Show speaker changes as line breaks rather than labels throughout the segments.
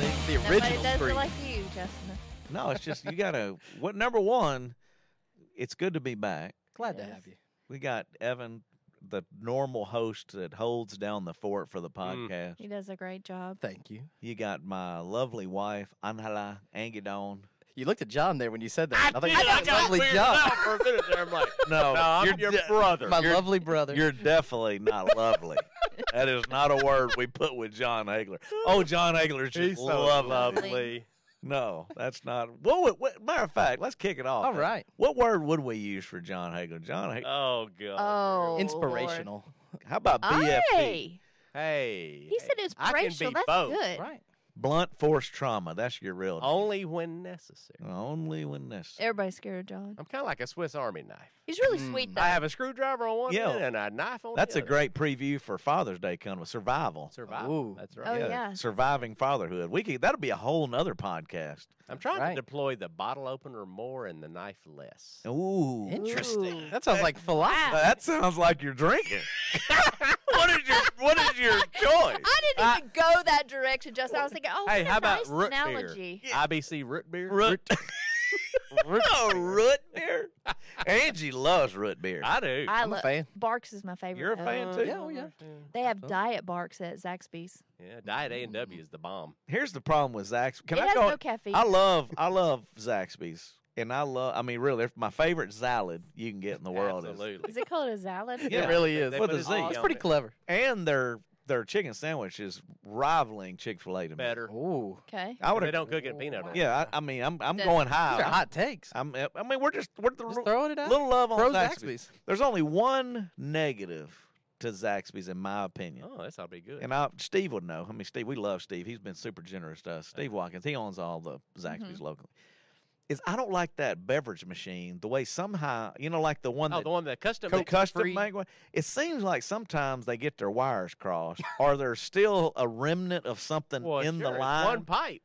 original
but it does
three.
feel like you, Justin.
no, it's just you gotta. What number one? It's good to be back.
Glad to
Yes.
have you.
We got Evan, the normal host that holds down the fort for the
Mm.
podcast.
He does a great job.
Thank you.
You got my lovely wife Angela Angidon.
You looked at John there when you said that.
did.
you
I
said
got
lovely
weirded
John.
out for a minute there. I'm like,
No,
no, I'm
you're
your
de-
brother.
My
You're-
lovely brother.
You're definitely not lovely. that is not a word we put with John Hagler. Oh, John Hagler's just
He's so
lovely.
lovely.
No, that's not. What, would- what- Matter of fact, let's kick it off.
All right.
What word would we use for John Hagler? John, Hag-
Oh god.
Oh,
Inspirational.
how about
Lord.
BFP?
Oh, Hey,
Hey.
he said it's
I can
racial.
be
That's
both.
good.
Right.
Blunt force trauma. That's your real. name.
only when necessary.
Oh.
Only when necessary.
Everybody's scared of John.
I'm kind of like a Swiss Army knife.
He's really sweet though.
I have a screwdriver on one
Yeah.
end and a knife on
That's
the
a
other.
great preview for Father's Day coming. Survival.
survival.
Ooh.
That's
Oh,
right.
yeah.
Surviving fatherhood. We could. That'll be a whole nother podcast.
I'm trying
Right.
to deploy the bottle opener more and the knife less.
Ooh.
Interesting.
Ooh.
That sounds like philosophy.
That sounds like you're drinking. what is your What is your choice?
I didn't even go that direction, Justin. I was thinking, oh,
hey,
what a
how about
nice
root
analogy.
beer? IBC root beer.
Root. oh, root beer. Angie loves root beer.
I do.
I
I'm a
love
fan.
Barks is my favorite.
You're a
though.
fan, too?
Yeah, oh, yeah.
They have diet Barks at Zaxby's.
Yeah, Diet A and W is the bomb.
Here's the problem with Zaxby's. Can
it
I
has
go?
no caffeine.
I love I love Zaxby's, and I love. I mean, really, if my favorite salad you can get in the world is.
Absolutely.
Is it called a salad?
Yeah.
It really is.
They
With
put
a
it
Z.
all
It's
That's
on
pretty
it.
clever.
And their their chicken sandwich is rivaling Chick Fil A to me.
Better.
Ooh.
Okay.
I would.
They
have.
don't cook it in peanut oil.
Yeah, I, I mean, I'm I'm
Those-
going
These are
high.
hot takes.
I'm, I mean, we're just we're the
Just throwing it out.
little love on
Pro
Zaxby's.
Zaxby's.
There's only one negative to Zaxby's, in my opinion.
Oh, that's ought to be good.
And I, Steve would know. I mean, Steve, we love Steve. He's been super generous to us. Steve Watkins, he owns all the Zaxby's
Mm-hmm.
locally. Is I don't like that beverage machine. The way somehow, you know, like the one
oh,
that
the one that custom
co-
makes-
custom
free.
make one. It seems like sometimes they get their wires crossed, or there's still a remnant of something
Well,
in
sure,
the
it's
line
One pipe.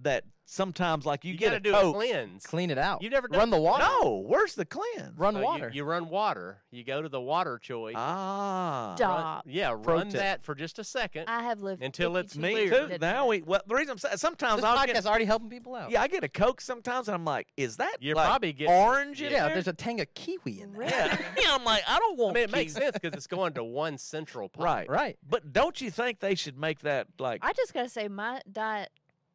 that sometimes, like you,
You,
get
got
a
to do a
Coke.
cleanse.
Clean it out.
You never done
run the water.
No, where's the cleanse?
Run
So you-
water.
You, run water. You go to the water choice.
Ah,
Stop.
yeah,
Pro
run
tip.
that for just a second.
I have lived
Until it's
52
me
years
clear.
too.
without
Now
that.
we well, the reason I'm saying sometimes
this
I'll
podcast
get
already helping people out.
Yeah, I get a Coke sometimes, and I'm like, is that
You're
like,
probably getting-
orange in
Yeah,
there?
there's a tang of kiwi in there.
yeah. yeah, I'm like, I don't
I
want
mean, it makes
Keith.
sense because it's going to one central pipe.
Right,
Right.
But don't you think they should make that like?
I just gotta say, my diet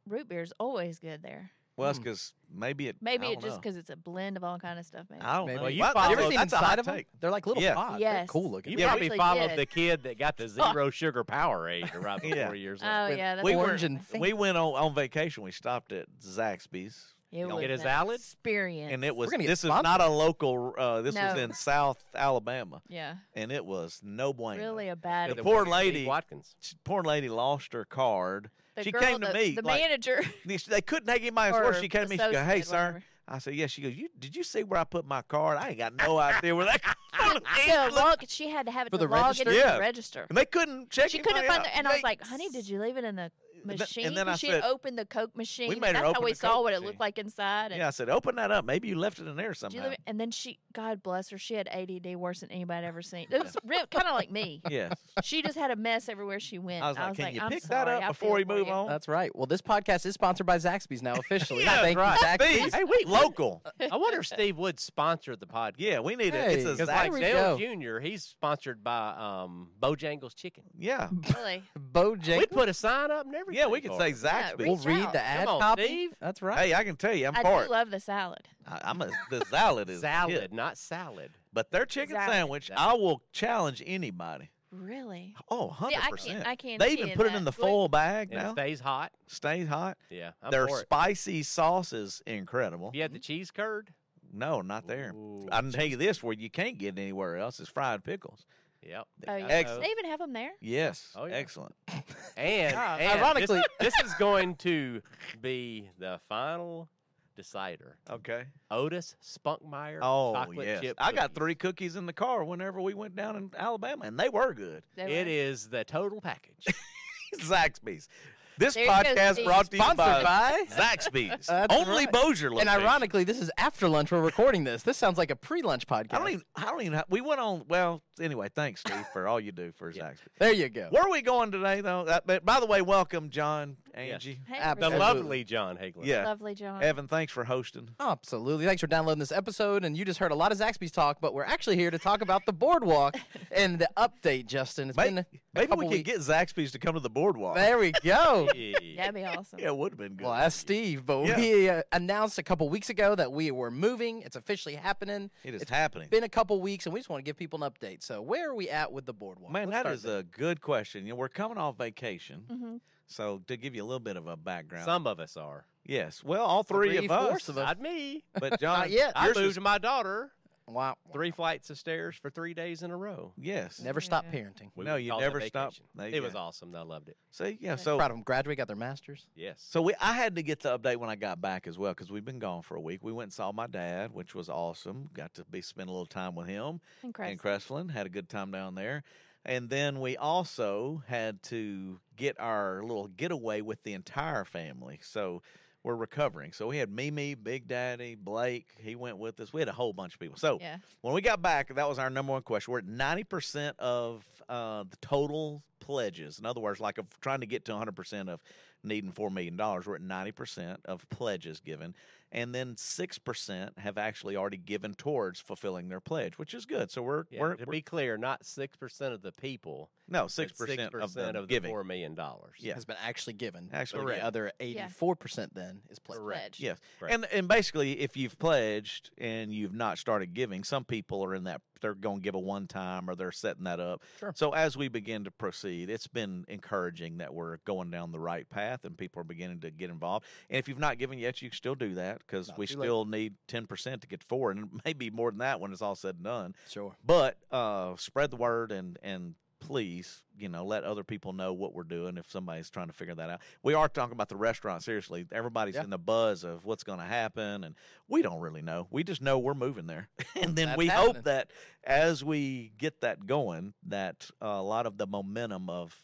root beer is always good there.
well, it's because maybe it.
Maybe
I
it
don't
just
know.
because it's a blend of all kind of stuff. Maybe.
I don't
Maybe.
know.
Well, you
Well,
follow-
You
that's
ever
a-
seen
that's a hot
inside of them?
take.
They're like little
Yeah.
pods. They're
Yes.
cool looking.
You
Yeah, we
probably
actually
followed
did.
the kid that got the zero sugar Powerade right before years
oh
old.
With
yeah, that's
We
orange
were,
and pink.
we went on, on vacation. We stopped at Zaxby's,
It
know,
was
it is
an
valid?
experience,
and it was.
gonna get
This is
sponsored.
not a local. Uh, this was
No.
in South Alabama,
yeah
and it was no bueno.
really a bad.
The poor lady-
Steve Watkins.
Poor lady lost her card.
The
she
girl,
came to
the-
me.
The
like,
manager.
They- They couldn't take anybody's word.
Or
She came to me. She goes,
associate,
"Hey, sir."
whatever.
I said, "Yeah." She goes, "You did you see where I put my card? I ain't got no idea where that."
no, log, she had to have it
For
to
the
log
register?
into
Yeah.
the register.
and they couldn't check.
She couldn't find
it,
the, and I was like, "Honey, did you leave it in the
then- and
machine?"
then I
she
said-
opened the Coke machine.
made her
and that's how
open
we
the
saw
Coke
what it
machine.
looked like inside. And
Yeah, I said, "Open that up. Maybe you left it in
Did
there
you
somehow."
leave it? And then she, God bless her, she had ADD worse than anybody I'd ever seen. It was real, kind of like me.
Yes.
She just had a mess everywhere she went.
I was like, "Can you
I'm
pick that
sorry,
up
I
before
feel
we
for
move
you."
on?"
That's right. Well, this podcast is sponsored by Zaxby's now officially.
Yeah,
Thank
right.
you, Zaxby's.
These, hey, we local.
I wonder if Steve Wood sponsored the podcast.
Yeah, we need it. It's a
Hey,
Because
Zax-
like
There we
Dale Jr., he's sponsored by um, Bojangles Chicken.
yeah,
Really?
Bojangles.
We'd put a sign up and everything.
yeah. We could
for
say
it.
Zaxby.
We'll
Reach
read
out.
the ad
on,
copy.
Steve.
That's right.
Hey, I can tell you, I'm
I
part.
do love the salad.
I- I'm a the salad is a
salad,
hit.
not salad.
but their chicken
Salad.
sandwich, I will challenge anybody.
Really?
Oh,
See,
100
I
percent.
can't. I can't.
They even put it in the foil bag
And it
now.
stays hot.
Stays hot.
Yeah, I'm
Their
for it.
spicy sauce is incredible.
You had the cheese curd.
No, not there.
Ooh.
I can tell you this: where you can't get it anywhere else is fried pickles.
Yep.
Oh, yeah.
Excellent.
They even have them there.
Yes,
Oh, yeah.
excellent.
And,
Yeah,
and
ironically-
this, this is going to be the final decider.
Okay.
Otis Spunkmeyer.
Oh
chocolate
yes,
chip
I got
cookies.
three cookies in the car whenever we went down in Alabama, and they were good.
They
It
were.
is the total package.
Zaxby's. This
There you go,
podcast
Steve.
brought to you
Sponsored
by,
by.
uh, Zaxby's.
That's
Only
right.
Bossier
And
location.
ironically, this is after lunch. We're recording this. This sounds like a pre-lunch podcast.
I don't even. I don't even. Have, we went on. Well, anyway, thanks, Steve, for all you do for Zaxby's.
There you go.
Uh, Where are we going today, though? That, but by the way, welcome, John Angie.
Hey,
Ah,
The
Absolutely.
Rita.
lovely John Hagler.
Yeah.
lovely John.
Evan, thanks for hosting.
Absolutely. Thanks for downloading this episode. And you just heard a lot of Zaxby's talk, but we're actually here to talk about the boardwalk and the update, Justin. It's
May-
been.
Maybe we
couple
could
weeks.
get Zaxby's to come to the boardwalk.
There we go.
That'd be awesome.
yeah, it would have been good.
Well, that's Steve, but
Yeah.
we uh, announced a couple weeks ago that we were moving. It's officially happening.
it is
it's
happening.
Been a couple weeks, and we just want to give people an update. So, where are we at with the boardwalk?
Man,
Let's
that
start
is
there.
a good question. You know, we're coming off vacation,
Mm.
hmm
so to give you a little bit of a background.
Some of us are.
yes, well, all three, of us.
Three-fourths of us.
Not me.
But John,
Not yet.
I
yours is-
moved my daughter
wow.
three flights of stairs for three days in a row.
yes.
Never
Yeah.
stop parenting.
We
No,
would
you
call it a
never stop.
vacation.
There you
It was
go.
awesome. I loved it.
See, yeah.
Yeah.
So,
Proud of them. Graduate, got their masters.
Yes.
so we, I had to get the update when I got back as well because we've been gone for a week. We went and saw my dad, which was awesome. Got to be spend a little time with him. in
Incredible.
Crestline. Had a good time down there. And then we also had to get our little getaway with the entire family. So we're recovering. So we had Mimi, Big Daddy, Blake. He went with us. We had a whole bunch of people. So
Yeah.
when we got back, that was our number one question. We're at 90% of uh, the total pledges. In other words, like of trying to get to 100% of needing $4 million, we're at 90% of pledges given. And then 6% have actually already given towards fulfilling their pledge, which is good. So we're,
Yeah,
we're,
to
we're-
be clear, not six percent of the people,
no,
but
6%, of, them
6% of the
giving.
four million dollars.
Yeah.
Has been actually given.
Actually
So
correct.
the other 84% then is pledged.
Correct.
Pledge.
Yes.
Right.
And and basically if you've pledged and you've not started giving, some people are in that they're going to give a one time or they're setting that up.
Sure.
So as we begin to proceed, it's been encouraging that we're going down the right path and people are beginning to get involved. And if you've not given yet, you can still do that cuz
Not
we
too late.
still need 10% to get forward and maybe more than that when it's all said and done.
Sure.
But uh spread the word and and please, you know, let other people know what we're doing if somebody's trying to figure that out. We are talking about the restaurant seriously. Everybody's
Yeah.
in the buzz of what's going to happen and we don't really know. We just know we're moving there. and then
That's
we
happening.
hope that as we get that going that uh, a lot of the momentum of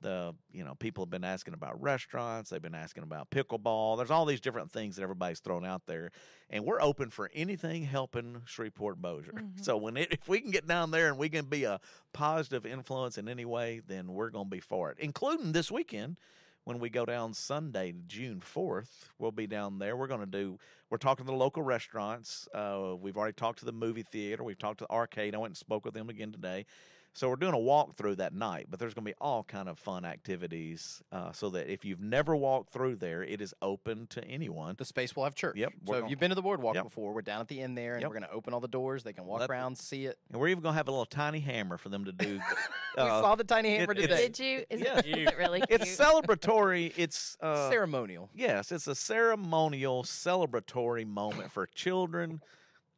the you know people have been asking about restaurants they've been asking about pickleball there's all these different things that everybody's thrown out there and we're open for anything helping shreveport bossier
Mhm.
so when it, if we can get down there and we can be a positive influence in any way then we're going to be for it including this weekend when we go down sunday june 4th we'll be down there we're going to do we're talking to the local restaurants uh, we've already talked to the movie theater we've talked to the arcade i went and spoke with them again today so we're doing a walkthrough that night, but there's going to be all kind of fun activities, uh, so that if you've never walked through there, it is open to anyone.
The space will have church.
Yep,
So
we're
if
gonna-
you've been to the boardwalk
Yep.
before, we're down at the end there, and
Yep.
we're going to open all the doors. They can walk
Let the-
around, see it.
And we're even going to have a little tiny hammer for them to do.
we
uh,
saw the tiny hammer
it's-
today.
Did you? Is,
Yeah.
it, is it really cute?
it's celebratory. It's uh,
Ceremonial.
yes, it's a ceremonial, celebratory moment for children.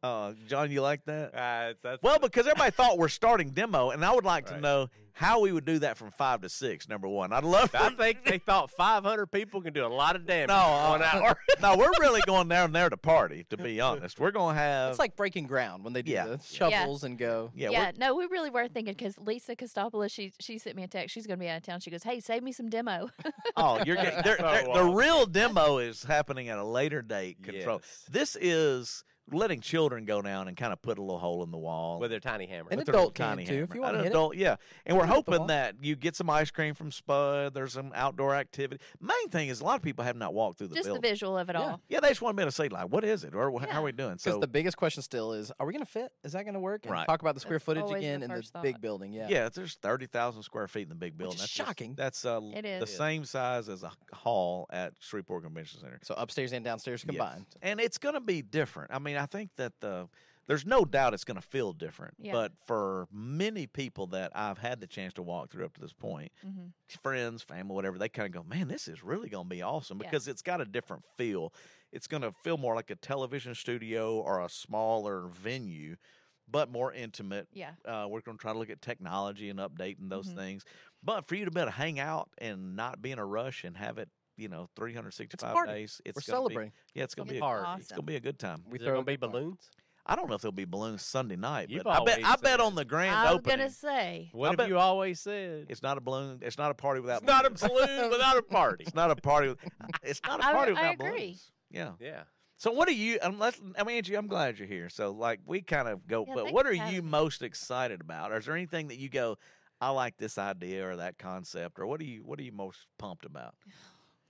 Uh, John, you like that?
Uh, that's
Well, because everybody thought we're starting demo, and I would like to
Right.
know how we would do that from five to six. Number one, I'd love.
I think they thought 500 people can do a lot of damage.
No, uh, no, we're really going down there to party. To be honest, we're gonna have
It's like breaking ground when they do
uh, yeah.
the shovels and go.
yeah,
yeah,
we're-
no, we really were thinking because Lisa Kostopoulos, she she sent me a text. She's going to be out of town. She goes, "Hey, save me some demo."
oh, you're getting, they're,
So
they're- the
awesome.
real demo is happening at a later date. Control.
Yes.
This is letting children go down and kind of put a little hole in the wall.
With their tiny hammer.
And
with
an
their little
adult can,
tiny
too, if
hammer.
you wanna
An
hit it.
adult, yeah. And we're
can hit the
hoping
wall.
that you get some ice cream from Spud. There's some outdoor activity. Main thing is a lot of people have not walked through the
Just the
building.
visual of it
Yeah.
all.
yeah, they just want to be able to say like, what is it, or "Wh- how
Yeah.
are we doing?
Because
So
the biggest question still is, are we going to fit? Is that going to work? And
Right.
Talk about the square
That's
footage
always the
again in the
first thought.
big building. Yeah.
Yeah, there's thirty thousand square feet in the big building.
is
that's just-
shocking.
that's uh,
It
the
is.
same size as a hall at Shreveport Convention Center
So upstairs and downstairs
Yes.
combined.
and it's going to be different. I mean, I think that the there's no doubt it's going to feel different.
Yeah.
But for many people that I've had the chance to walk through up to this point,
Mhm.
friends, family, whatever, they kind of go, man, this is really going to be awesome
Yeah.
because it's got a different feel. It's going to feel more like a television studio or a smaller venue, but more intimate.
Yeah,
Uh, we're going to try to look at technology and updating those
Mhm.
things. But for you to be able to hang out and not be in a rush and have it, you know, 365
party.
days, it's
We're
gonna be-
celebrating.
yeah, it's going to
It's
be a
party.
it's gonna be a good time.
We
Is there going to be
good party.
balloons?
I don't know if there'll be balloons Sunday night,
You've
but I bet
always
I bet
said-
on the grand
I was
opening,
gonna say
What have
bet-
you always said?
it's not a balloon. It's not a party without.
It's not a
balloons.
balloon without a party.
It's not a party. with- It's not a
I-
party
I
without
agree.
balloons. Yeah.
yeah.
So what are you? Unless I mean, Angie, I'm glad you're here. So like we kind of go,
Yeah,
but
thanks
what
for
are
having
you most excited about? Or is there anything that you go? I like this idea or that concept, or what are you? What are you most pumped about?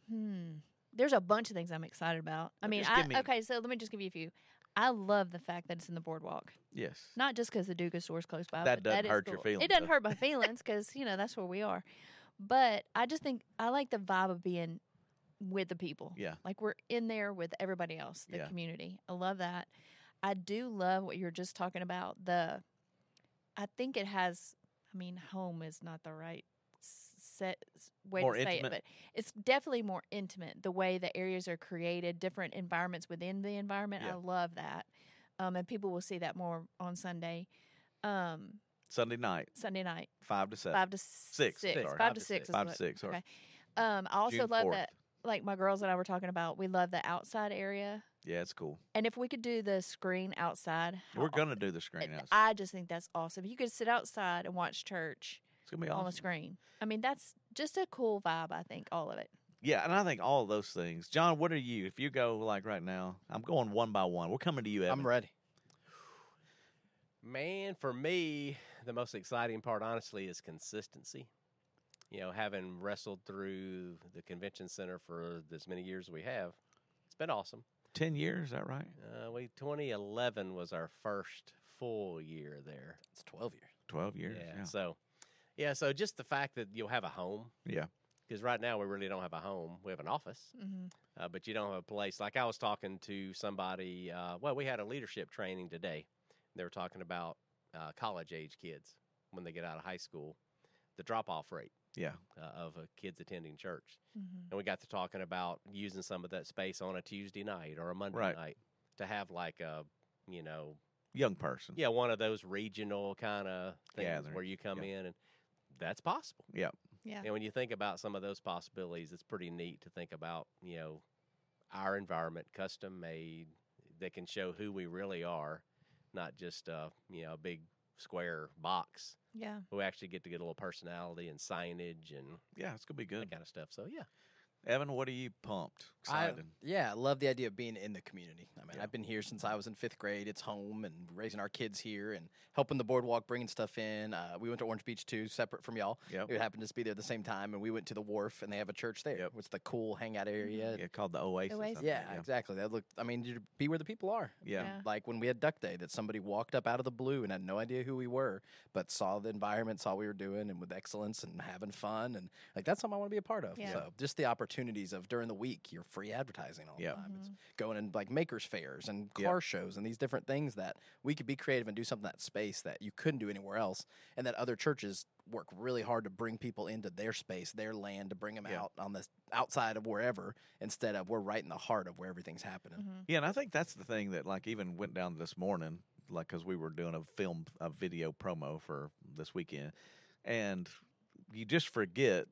Hmm. There's a bunch of things I'm excited about. I
Well,
mean,
just
I,
give me-
okay, so let me just give you a few. I love the fact that it's in the boardwalk,
Yes.
not just because the Duca store's close by. but
That doesn't
is
hurt your
cool.
feelings,
It doesn't
does it?
hurt my feelings because you know that's where we are. But I just think I like the vibe of being with the people.
Yeah.
like we're in there with everybody else, the
Yeah.
community. I love that. I do love what you were just talking about. The, I think it has. I mean, home is not the right s- set s- way
More
to say
intimate.
it, but it's definitely more intimate. The way the areas are created, different environments within the environment. I
Yeah.
love that, um, and people will see that more on Sunday, um,
Sunday night,
Sunday night,
five to seven.
five to
Uh, Six,
six,
sorry.
five to six, is
Five to
what-
six, sorry.
Okay. Um, I also
June
love
4th.
that. Like my girls and I were talking about, we love the outside area.
Yeah, it's cool.
And if we could do the screen outside, how
We're
aw-
gonna do the screen
and
outside.
I just think that's awesome. You could sit outside and watch church
it's gonna be
on the
awesome.
screen. I mean, that's just a cool vibe. I think all of it.
Yeah, and I think all of those things. John, what are you? If you go like right now, I'm going one by one. We're coming to you, Evan.
I'm ready.
Man, for me, the most exciting part, honestly, is consistency. You know, having wrestled through the convention center for as many years as we have, it's been awesome.
Ten years, is that right?
Uh, we 2011 was our first full year there.
It's 12 years.
Twelve years. Yeah.
So, yeah. So just the fact that you'll have a home.
Yeah.
Because right now we really don't have a home. We have an office,
Mm-hmm.
uh, but you don't have a place. Like I was talking to somebody. Uh, well, we had a leadership training today. They were talking about uh, college age kids when they get out of high school, the drop off rate.
Yeah.
Uh, of uh, kids attending church,
Mm-hmm.
and we got to talking about using some of that space on a Tuesday night or a Monday
Right.
night to have like a you know
Young person.
yeah, one of those regional kind of things
Gathering,
where you come
yeah.
in and that's possible.
Yeah.
And when you think about some of those possibilities, it's pretty neat to think about, you know, our environment, custom made, that can show who we really are, not just uh, you know, a big square box.
Yeah.
We actually get to get a little personality and signage and
Yeah, it's gonna be good.
that kind of stuff. So yeah.
Evan, what are you pumped?
I-
Excited.
Yeah, I love the idea of being in the community. I mean,
Yeah.
I've been here since I was in fifth grade. It's home and raising our kids here and helping the boardwalk, bringing stuff in. Uh, we went to Orange Beach too, separate from y'all.
Yep.
It happened to be there at the same time, and we went to the wharf, and they have a church there.
Yep.
It's the cool hangout area.
Yeah, called the Oasis. I
Oasis.
think,
Yeah, exactly. That looked. I mean, you be where the people are.
Yeah.
Yeah.
Like when we had Duck Day, that somebody walked up out of the blue and had no idea who we were, but saw the environment, saw what we were doing, and with excellence and having fun, and like that's something I want to be a part of.
Yeah.
So just the opportunimes of during the week, you're free advertising all
Yeah.
the time.
mm-hmm,
It's going and like makers fairs and
Yeah.
car shows and these different things that we could be creative and do something in that space that you couldn't do anywhere else, and that other churches work really hard to bring people into their space, their land, to bring them
Yeah.
out on the outside of wherever instead of we're right in the heart of where everything's happening.
Mm-hmm.
Yeah, and I think that's the thing that like even went down this morning, like because we were doing a film, a video promo for this weekend, and you just forget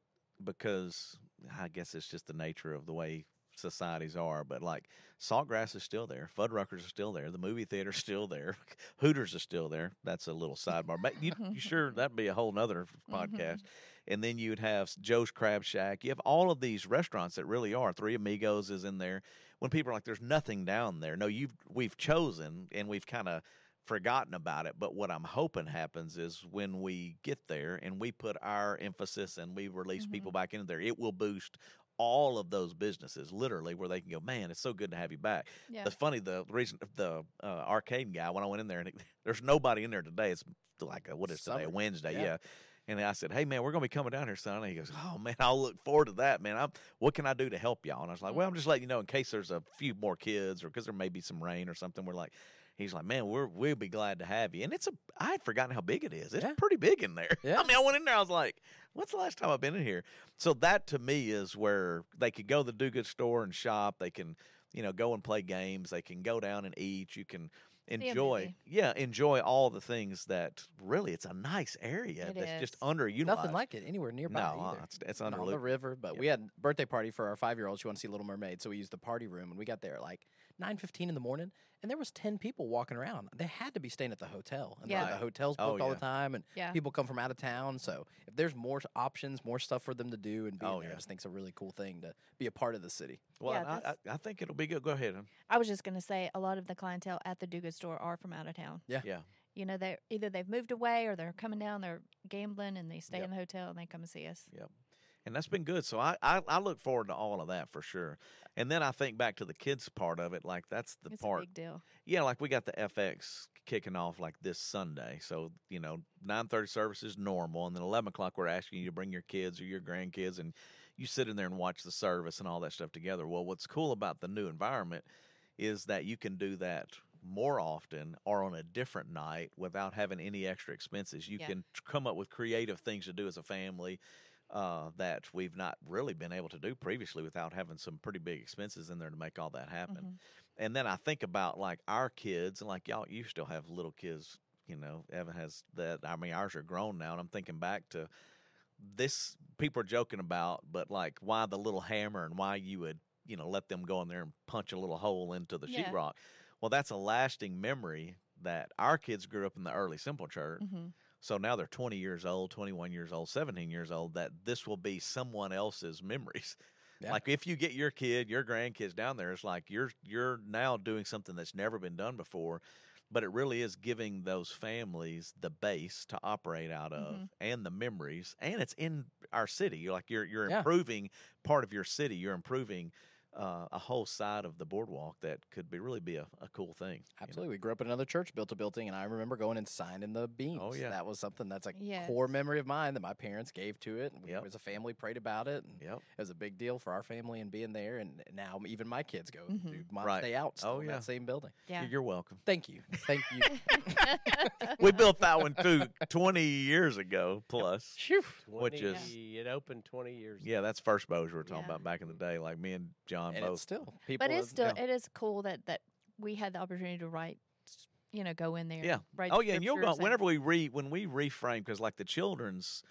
because I guess it's just the nature of the way societies are. But like Saltgrass is still there, Fuddruckers is still there, the movie theater's still there, Hooters is still there. That's a little sidebar, but you, you sure that'd be a whole nother podcast. And then you'd have Joe's Crab Shack. You have all of these restaurants that really are. Three Amigos is in there when people are like, "There's nothing down there." No, you've we've chosen and we've kind of forgotten about it. But what I'm hoping happens is when we get there and we put our emphasis and we release
Mhm.
people back into there, it will boost all of those businesses literally where they can go. Man, it's so good to have you back.
Yeah.
The funny the reason the uh, arcade guy when I went in there and it, there's nobody in there today. It's like a, what is today
Summer.
a Wednesday?
Yeah.
yeah. And I said, "Hey man, we're gonna be coming down here Sunday." He goes, "Oh man, I'll look forward to that, man. I'm, what can I do to help y'all?" And I was like, "Well, I'm just letting you know in case there's a few more kids, or because there may be some rain or something." We're like, "He's like, man, we're we'll be glad to have you." And it's a I had forgotten how big it is. It's
Yeah.
pretty big in there.
Yeah.
I mean, I went in there, I was like, "What's the last time I've been in here?" So that to me is where they could go to the do good store and shop. They can, you know, go and play games. They can go down and eat. You can
a
enjoy
movie.
yeah enjoy all the things that really it's a nice area
It
that's just
is.
underutilized
Nothing like it anywhere
no
nearby
uh,
either.
it's, it's
Not on the
unbelievable
river, but
Yeah.
we had a birthday party for our five year old. She wanted to see Little Mermaid, so we used the party room, and we got there at like nine fifteen in the morning, and there was ten people walking around. They had to be staying at the hotel, and yeah.
Yeah.
the hotels
Oh,
booked all
yeah.
the time, and
Yeah.
people come from out of town. So if there's more s- options, more stuff for them to do, and be
Oh,
there,
yeah.
I just think it's a really cool thing to be a part of the city.
well
Yeah,
and I,
that's-
I, I think it'll be good go ahead hon.
I was just gonna say, a lot of the clientele at the Do Good Store are from out of town.
Yeah.
Yeah.
You know, they either they've moved away or they're coming down. They're gambling and they stay in the hotel and they come and see us.
and that's been good. So I, I I look forward to all of that for sure. And then I think back to the kids part of it. Like that's the
it's a
part
big deal.
yeah, like we got the FX kicking off like this Sunday. So, you know, nine thirty service is normal and then eleven o'clock we're asking you to bring your kids or your grandkids and you sit in there and watch the service and all that stuff together. Well, what's cool about the new environment is that you can do that more often or on a different night without having any extra expenses. You
Yeah.
can tr- come up with creative things to do as a family uh, that we've not really been able to do previously without having some pretty big expenses in there to make all that happen
Mhm.
and then I think about like our kids and like y'all, you still have little kids. You know, Evan has that. I mean, ours are grown now, and I'm thinking back to this. People are joking about, but like why the little hammer and why you would you know let them go in there and punch a little hole into the
Yeah.
sheetrock. Well, that's a lasting memory that our kids grew up in the early simple church.
Mhm.
So now they're 20 years old, 21 years old, 17 years old, that this will be someone else's memories.
Yeah.
Like if you get your kid, your grandkids down there, it's like you're you're now doing something that's never been done before, but it really is giving those families the base to operate out of
Mm-hmm.
Mhm.
and the memories, and it's in our city. You're Like you're you're
Yeah.
improving part of your city. You're improving uh, a whole side of the boardwalk that could be really be a, a cool thing. you know?
Absolutely. We grew up in another church, built a building, and I remember going and signing the beams.
Oh, yeah.
That was something that's a core
Yes.
memory of mine that my parents gave to it. We,
Yep.
As a family, prayed about it. And
Yep.
It was a big deal for our family and being there. And now even my kids go
Mhm.
do Mom's
Right.
Day Out still
Oh,
in
yeah.
that same building.
Yeah.
You're welcome.
Thank you. Thank you.
we built that one too 20 years ago plus.
Phew.
Which
20
is-
it opened 20 years
Yeah, that's first bows we were talking
Yeah.
about back in the day. Like me and John
And
both.
it's still people.
but it's
have-
still it is cool that that we had the opportunity to write, you know, go in there.
Yeah.
Write
oh yeah, and you'll go
scriptures
whenever we re when we reframe because like the children's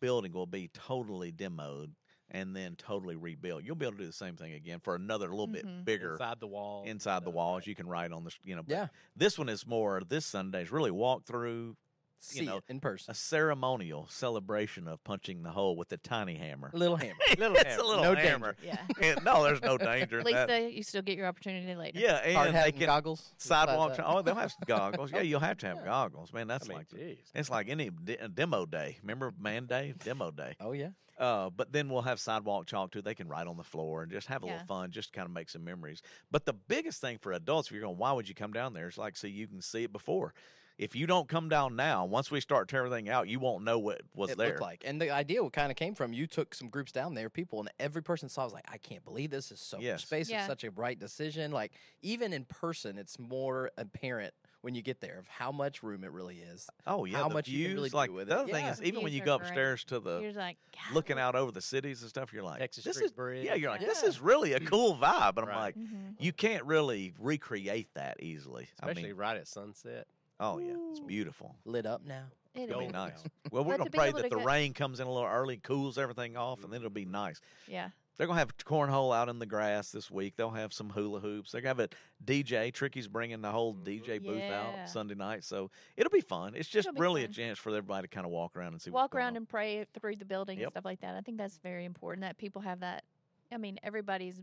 building will be totally demoed and then totally rebuilt. You'll be able to do the same thing again for another little bit
Mhm.
bigger inside,
inside the wall
the
stuff,
walls.
right.
You can write on the s- you know. but
Yeah.
This one is more this Sunday's really walk through
See
know,
it in person.
a ceremonial celebration of punching the hole with a tiny hammer.
Little hammer.
little
hammer.
a little
No
hammer.
and- yeah.
And no, there's no danger. in that.
Lisa, you still get your opportunity later.
Yeah, and
Hard hat
they
and
can
goggles.
sidewalk.
Besides that.
oh, they'll have goggles. Yeah, you'll have to have
Yeah.
goggles, man.
I
That's
mean,
like
geez.
it's like any de- demo day. Remember man day, demo day.
Oh, yeah.
Uh, but then we'll have sidewalk chalk too. They can write on the floor and just have a little
Yeah.
fun, just kind of make some memories. But the biggest thing for adults, if you're going, why would you come down there? It's like so you can see it before. If you don't come down now, once we start tearing everything out, you won't know what was
it
there.
looked like. And the idea kind of came from you took some groups down there, people, and every person saw was like, I can't believe this is so much
Yes.
space.
Yeah.
It's such a right decision. Like even in person, it's more apparent when you get there of how much room it really is.
oh yeah,
how
the
much you can
views,
really do
like
with
the
it.
other thing
Yeah.
is even when
Views
you
are
go
great.
upstairs to the
You're like God,
looking out over the cities and stuff, you're like
Texas
this
Street
is
Bridge.
yeah, you're like this
Yeah.
is really a cool vibe, and I'm
Right.
like.
mhm.
you can't really recreate that easily.
especially
I mean,
right at sunset.
oh yeah, it's
Ooh.
beautiful.
Lit up now.
It'll
It'll be
be-
nice. Well, we're
But
gonna
to be
pray
able
that
to
the
go-
rain comes in a little early, cools everything off, and then it'll be nice.
Yeah.
They're gonna have cornhole out in the grass this week. They'll have some hula hoops. They're gonna have a DJ. Tricky's bringing the whole
Mhm.
DJ booth
Yeah.
out Sunday night, so it'll be fun. It's just
It'll be
really a
fun.
chance for everybody to kind of walk around and see.
Walk
what's going
around
on.
and pray through the building
Yep.
and stuff like that. I think that's very important that people have that. I mean, everybody's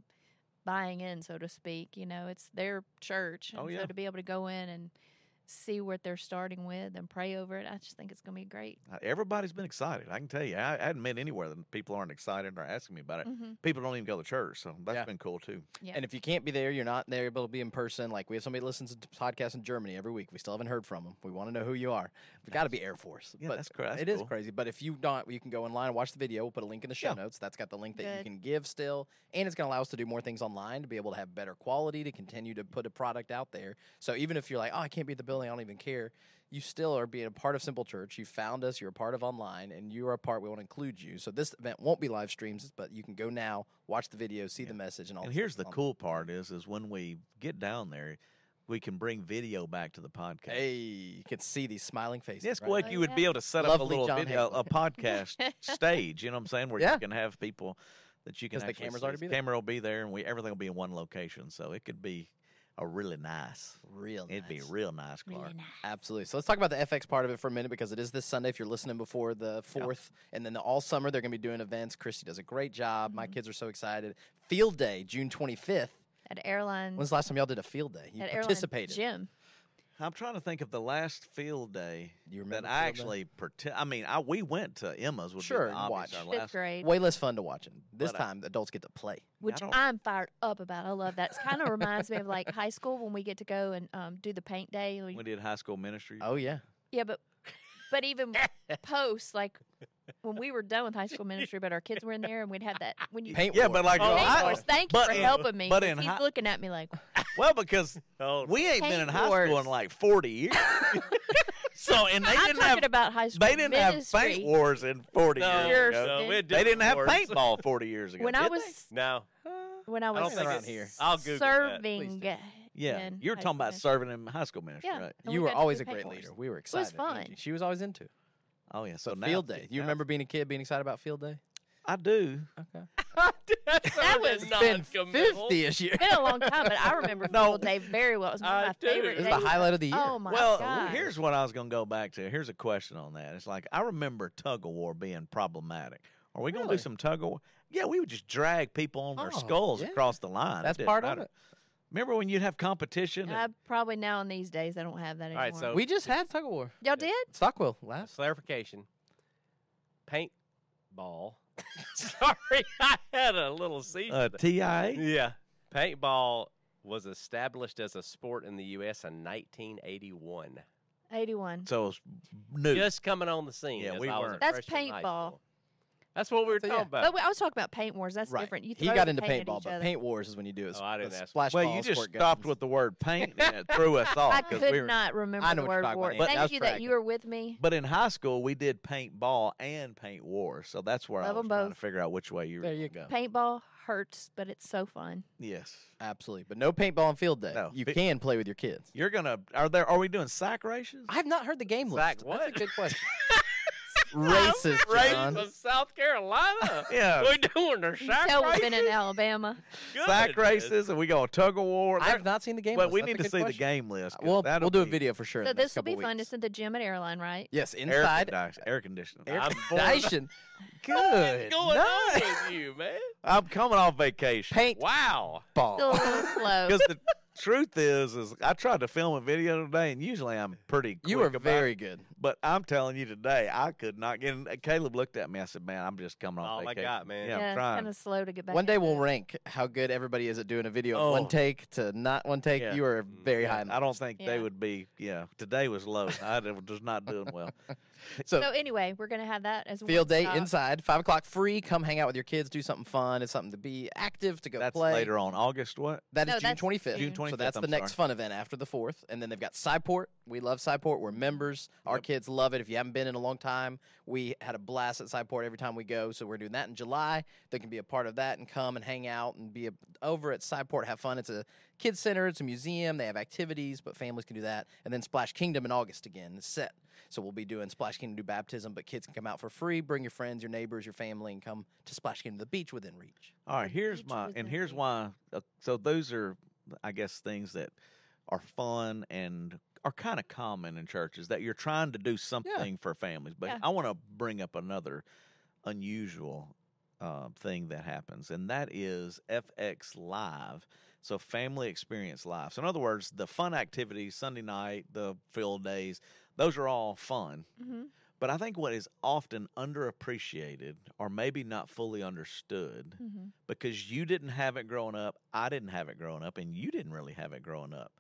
buying in, so to speak. You know, it's their church.
Oh,
and
yeah.
So to be able to go in and see what they're starting with and pray over it, I just think it's going to be great.
Uh, Everybody's been excited. I can tell you. I, I hadn't been anywhere that people aren't excited or asking me about it.
Mm-hmm.
People don't even go to church, so that's
Yeah.
been cool too.
Yeah.
And if you can't be there, you're not there able to be in person. Like we have somebody listens to podcasts in Germany every week. We still haven't heard from them. We want to know who you are. We got to be Air Force.
Yeah,
but
that's cra- that's
It is
cool.
crazy. But if you don't, you can go online and watch the video. We'll put a link in the show
Yeah.
notes. That's got the link that you
Good.
can give still, and it's going to allow us to do more things online to be able to have better quality to continue to put a product out there. So even if you're like, oh, I can't be at the building, I don't even care. You still are being a part of Simple Church. You found us. You're a part of online, and you are a part. We want to include you. So this event won't be live streams, but you can go now, watch the video, see the message, and all.
And
the
here's
stuff
the
online.
cool part is is when we get down there, we can bring video back to the podcast.
Hey, you can see these smiling faces.
Yes,
right?
like
Oh,
you would be
yeah.
able to set up a
Lovely
little
John
video,
Hagler.
a podcast stage. You know what I'm saying? Where
Yeah.
you can have people that you can.
'Cause the
actually
camera's
see.
already be there.
Camera will be there, and we everything will be in one location, so it could be a really nice.
Real.
It'd be
nice.
real nice, Clark.
really nice.
Absolutely. So let's talk about the FX part of it for a minute because it is this Sunday. If you're listening before the fourth, and then the, all summer they're going to be doing events. Christy does a great job. My
Mhm.
kids are so excited. Field Day, June 25th.
At airline.
When's the last time y'all did a field day? You
Mm-hmm. at airline
participated.
gym.
I'm trying to think of the last field day
You remember
that I
Field Day?
actually pretend. I mean, I we went to Emma's. Would
Sure,
be
and
obvious,
watched.
our
Fifth
last-
grade,
way less fun to watch 'em. This
But I-
time, adults get to play.
which
don't-
I'm fired up about. I love that. It kind of reminds me of like high school when we get to go and um, do the paint day. We-
We did high school ministry.
Oh yeah,
Yeah, but but even post like when we were done with high school ministry, but our kids were in there, and we'd have that when you
paint.
yeah, but like,
Oh,
Paint
I-
wars. Thank you
but
for
in-
helping me.
but
'cause
in
he's
hi-
looking at me like
well, because
Oh,
we ain't been in
Paint
high school in
wars.
like 40 years. so and they
I'm
didn't
talking
have
about high school.
they didn't have
ministry.
paint wars in 40 years
no,
You're
ago.
no,
stupid.
we had
They didn't
different
have
wars.
paintball 40 years ago.
When I
did they?
was
No,
when I
don't
was
think
around here.
I'll Google that. Please
serving.
yeah,
in
you were
high
talking
school
about
ministry.
serving in high school ministry,
Yeah.
right?
and
you
we
were
got to
always
do
a great
paintballs.
leader. We were excited.
fun.
Angie. She was always into it.
Oh yeah, so
But
now,
field day. You
now-
remember being a kid, being excited about field day?
I do.
Okay.
That was
It's
Been
non-committal.
fifty-ish year.
It's been a long time, but I remember
No.
Field Day very well. It was one of
I
my
do.
favorite
It was
days.
the highlight of the year.
Oh my
well,
god!
here's what I was going to go back to. Here's a question on that. It's like I remember tug of war being problematic. Are we going to
Really?
do some tug of war? Yeah, we would just drag people on their
Oh,
skulls
yeah.
across the line.
That's
didn't
part of
matter.
it.
Remember when you'd have competition?
I
and-
probably now in these days I don't have that
All
anymore.
right, so-
We just had tug of war.
y'all did?
Stockwell last.
clarification. Paintball. Sorry, I had a little seizure.
uh,
there.
TIA.
yeah, paintball was established as a sport in the U.S. in 1981.
Eighty-one.
So it's new.
Just coming on the scene.
Yeah,
as
we
I was a
weren't.
That's
freshman in high
paintball.
school. That's what we were
So,
talking
yeah.
about.
But we- I was talking about paint wars. That's
uh, Right.
different. You
He
throw
got
the
into
paint at
paintball,
each
but
other.
paint wars is when you do it.
Oh, I didn't ask.
splash
well,
ball,
you just
squirt guns.
stopped with the word paint and it threw us
I
off because
could
we were.
not remember
I know
the
what you're
word
talking
war.
about, but that
Thank
was
you that
tracking.
you were with me.
But in high school, we did paintball and paint war. So that's where
Love
I was
'em
trying to
both.
figure out which way you were.
There you go.
Paintball hurts, but it's so fun.
Yes.
Absolutely, but no paintball on field day.
No.
You
Fi-
can play with your kids.
You're gonna are there are we doing sack races?
I've not heard the game list.
Zach, what?
That's a good question. Racist, John.
Raised in South Carolina.
Yeah.
We're doing our
You
sack
tell we've
races.
been in Alabama.
sack
Goodness.
races and we go tug of war.
I've not seen the game
but
list.
we
That's a
need to
good
see the
question.
game list. 'cause
We'll,
that'll
we'll do a
be
video for sure.
So
in the next
this will be
couple
fun.
weeks.
It's at the gym at Airline, right?
Yes,
Air
inside
conditioning. Air conditioning.
air
I'm bored.
conditioning.
What
Good.
is going on
night.
with you, man?
I'm coming off vacation.
Wow.
Still a
Paintball.
little slow.
Because the truth is, is I tried to film a video today, and usually I'm pretty. Quick
You were
about it,
very good.
but I'm telling you today, I could not get. In. Caleb looked at me. I said, "Man, I'm just coming off
All I
vacation."
got, man.
Yeah, I'm
yeah,
trying.
kind of slow to get back.
One day
into
we'll
it.
rank how good everybody is at doing a video of
Oh.
one take to not one take.
Yeah.
You are very
Yeah,
high. in
I don't think
Yeah.
they would be. Yeah, today was low. I d- was not doing well.
So,
So anyway, we're gonna have that as
field
one
day
stop.
inside, five o'clock free. Come hang out with your kids. Do something fun. It's something to be active to go
That's
play.
later on. August what?
That is
No,
June
that's
twenty fifth.
June June.
25th,
So that's
I'm
the next
sorry.
fun event after the fourth, and then they've got Cyport. We love Cyport. We're members. Our
Yep.
kids love it. If you haven't been in a long time, we had a blast at Cyport every time we go. So we're doing that in July. They can be a part of that and come and hang out and be a, over at Cyport, have fun. It's a kids center. It's a museum. They have activities, but families can do that. And then Splash Kingdom in August again is set. So we'll be doing Splash Kingdom do baptism, but kids can come out for free. Bring your friends, your neighbors, your family, and come to Splash Kingdom, the beach within reach.
All right,
The
here's
beach
my
was
and
the
here's
thing.
why. Uh, so those are, I guess, things that are fun and are kind of common in churches that you're trying to do something for families. But
Yeah.
I want to bring up another unusual uh, thing that happens, and that is FX Live. So family experience live. So in other words, the fun activities, Sunday night, the field days, those are all fun.
Mhm.
But I think what is often underappreciated or maybe not fully understood
Mhm.
because you didn't have it growing up, I didn't have it growing up, and you didn't really have it growing up.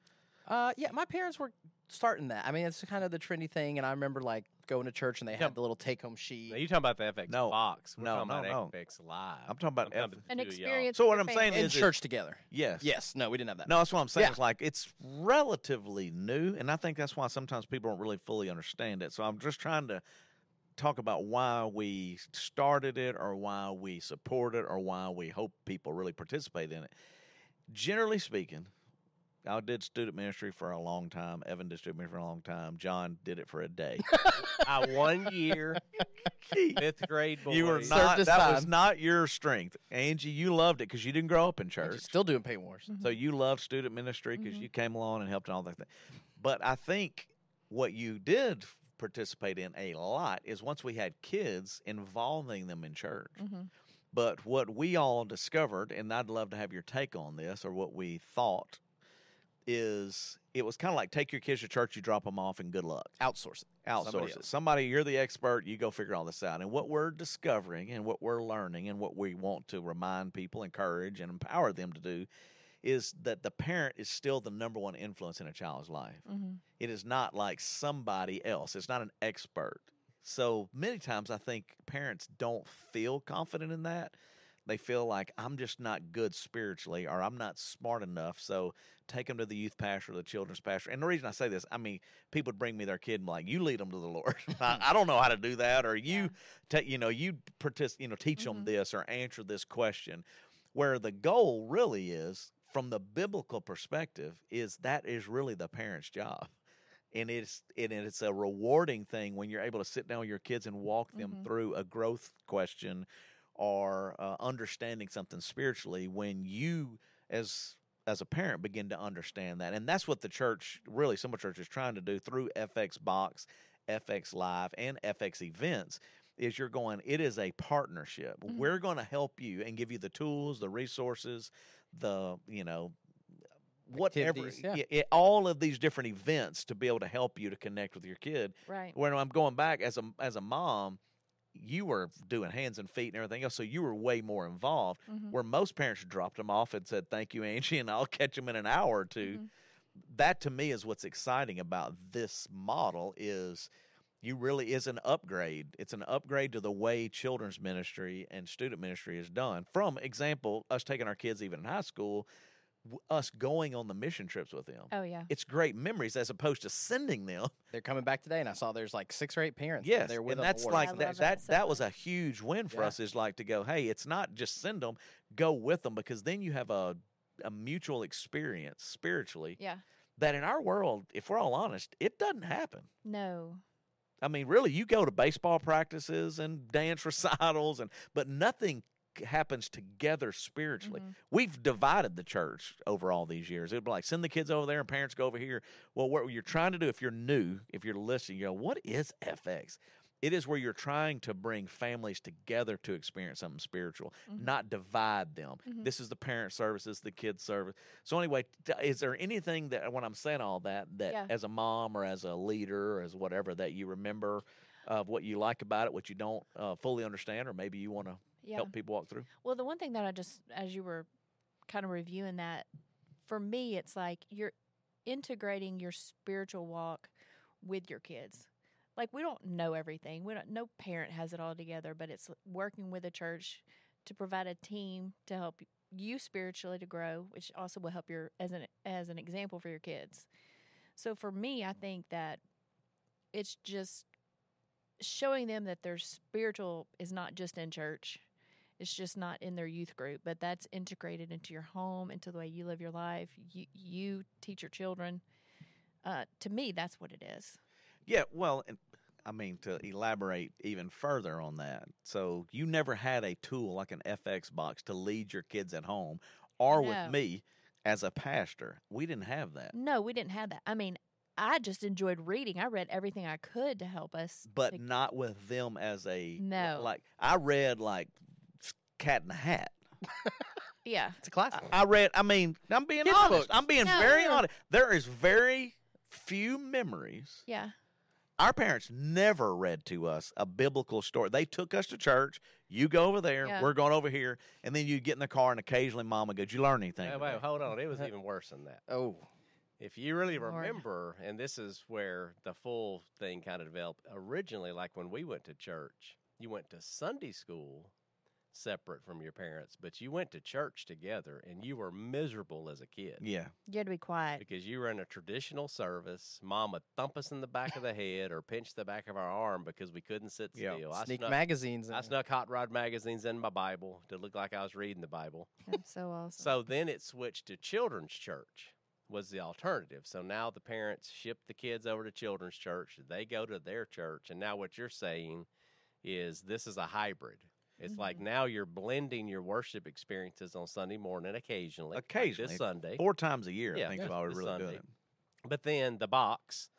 Uh, yeah, my parents were starting that. I mean, it's kind of the trendy thing, and I remember like going to church and they
Yeah.
had the little take-home sheet.
Now, you talking about the FX
No.
box. We're
No,
talking
no,
about
no.
FX Live.
I'm talking about F-
An
the two of y'all.
experience.
So
with
what
your
I'm saying
family.
in
is it-
church together.
Yes.
Yes, no, we didn't have that.
No, that's what I'm saying.
Yeah.
It's like it's relatively new, and I think that's why sometimes people don't really fully understand it. So I'm just trying to talk about why we started it, or why we support it, or why we hope people really participate in it. Generally speaking, I did student ministry for a long time. Evan did student ministry for a long time. John did it for a day.
I one year, fifth grade boys.
You were
Served
not. That
his
was
time.
not your strength, Angie. You loved it because you didn't grow up in
Angie,
church,
still doing paint wars.
Mhm.
so you loved student ministry because
Mm-hmm.
Mhm.
you came along and helped and all that thing. But I think what you did participate in a lot is once we had kids involving them in church.
Mm-hmm.
Mhm.
But what we all discovered, and I'd love to have your take on this, or what we thought, is it was kind of like take your kids to church, you drop them off, and good luck.
Outsource it.
Outsource
Somebody
it.
else.
Somebody, you're the expert. You go figure all this out. And what we're discovering, and what we're learning, and what we want to remind people, encourage, and empower them to do, is that the parent is still the number one influence in a child's life.
Mhm.
It is not like somebody else. It's not an expert. So many times I think parents don't feel confident in that. They feel like I'm just not good spiritually or I'm not smart enough. So take them to the youth pastor or the children's pastor. And the reason I say this, I mean, people would bring me their kid and be like, you lead them to the Lord. I, I don't know how to do that. Or you, ta- you know, you partic- you know, teach them
Mhm.
this or answer this question where the goal really is from the biblical perspective is that is really the parent's job and it's and it's a rewarding thing when you're able to sit down with your kids and walk them
Mhm.
through a growth question or uh, understanding something spiritually when you as as a parent begin to understand that and that's what the church really some church is trying to do through fx box fx live and fx events is you're going it is a partnership
Mm-hmm.
Mhm.
we're going to help you and give you the tools the resources the you know whatever
Activities, yeah.
yeah, it- all of these different events to be able to help you to connect with your kid
Right.
when I'm going back as a as a mom, you were doing hands and feet and everything else, so you were way more involved.
Mhm.
Where most parents dropped them off and said, "Thank you, Angie, and I'll catch them in an hour or 2
Mhm.
That to me is what's exciting about this model is you really is an upgrade. It's an upgrade to the way children's ministry and student ministry is done. From example, us taking our kids even in high school, w- us going on the mission trips with them.
Oh yeah.
It's great memories as opposed to sending them
They're coming back today, and I saw there's like six or eight parents.
Yes,
they're with
and
them
that's
ordering.
I
like
love
that,
it.
that.
That's so
That was
cool.
a huge win for
Yeah.
us. Is like to go, hey, it's not just send them, go with them because then you have a a mutual experience spiritually
Yeah.
that in our world, if we're all honest, it doesn't happen.
No.
I mean, really, you go to baseball practices and dance recitals, and but nothing c- happens together spiritually.
Mhm.
We've divided the church over all these years. It'd be like send the kids over there and parents go over here. Well, what you're trying to do if you're new, if you're listening, you go, what is FX? It is where you're trying to bring families together to experience something spiritual,
Mhm.
not divide them.
Mhm.
This is the parent services, the kids service. So anyway, t- is there anything that when I'm saying all that, that
Yeah.
as a mom or as a leader or as whatever that you remember of what you like about it, what you don't uh, fully understand, or maybe you want to
Yeah.
help people walk through?
Well, the one thing that I just, as you were kind of reviewing that, for me, it's like you're integrating your spiritual walk with your kids. Like we don't know everything. We don't. No parent has it all together, but it's working with a church to provide a team to help you spiritually to grow, which also will help your as an as an example for your kids. So for me, I think that it's just showing them that their spiritual is not just in church it's just not in their youth group but that's integrated into your home into the way you live your life you, you teach your children uh, to me that's what it is
Yeah, well, and I mean to elaborate even further on that. So you never had a tool like an FX box to lead your kids at home, or
No.
with me as a pastor. We didn't have that.
no we didn't have that i mean i just enjoyed reading i read everything i could to help us
but
to-
not with them as a
No.
Like I read like s- Cat in the Hat.
yeah
it's a classic.
I, I read. I mean, I'm being
Kids'
honest.
Ah. books.
I'm being
No,
very
yeah.
honest. There is very few memories.
yeah
Our parents never read to us a biblical story. They took us to church. You go over there.
Yeah.
We're going over here, and then you get in the car, and occasionally, Mama goes, "You learn anything?"
Wait,
today?"
wait, hold on. It was
Uh,
even worse than that.
oh,
If you really
Lord.
remember, and this is where the full thing kind of developed originally, like when we went to church, you went to Sunday school separate from your parents, but you went to church together and you were miserable as a kid.
Yeah.
you had to be quiet
Because you were in a traditional service, mom would thump us in the back of the head or pinch the back of our arm because we couldn't sit
Yeah.
still. I
sneak
snuck-
magazines.
I
in.
snuck hot rod magazines in my Bible to look like I was reading the Bible.
That's so awesome
So then it switched to children's church was the alternative. So now the parents ship the kids over to children's church. They go to their church. And now what you're saying is this is a hybrid. It's like
Mhm.
now you're blending your worship experiences on Sunday morning occasionally. like
Occasionally.
this Sunday.
Four times a year,
Yeah,
I think
yeah,
is why we
this
really good.
Sunday. But then the box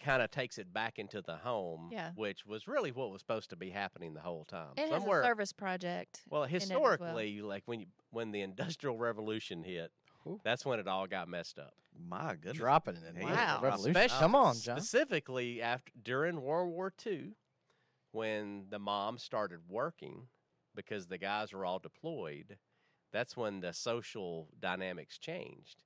kind of takes it back into the home,
Yeah.
which was really what was supposed to be happening the whole time.
it has a service project
well,
it as well.
historically, like when you, when the Industrial Revolution hit,
Ooh.
That's when it all got messed up.
My goodness.
dropping it in the
Wow.
revolution.
Especially-
Come on, John.
Specifically after during World War II, when the mom started working because the guys were all deployed, that's when the social dynamics changed.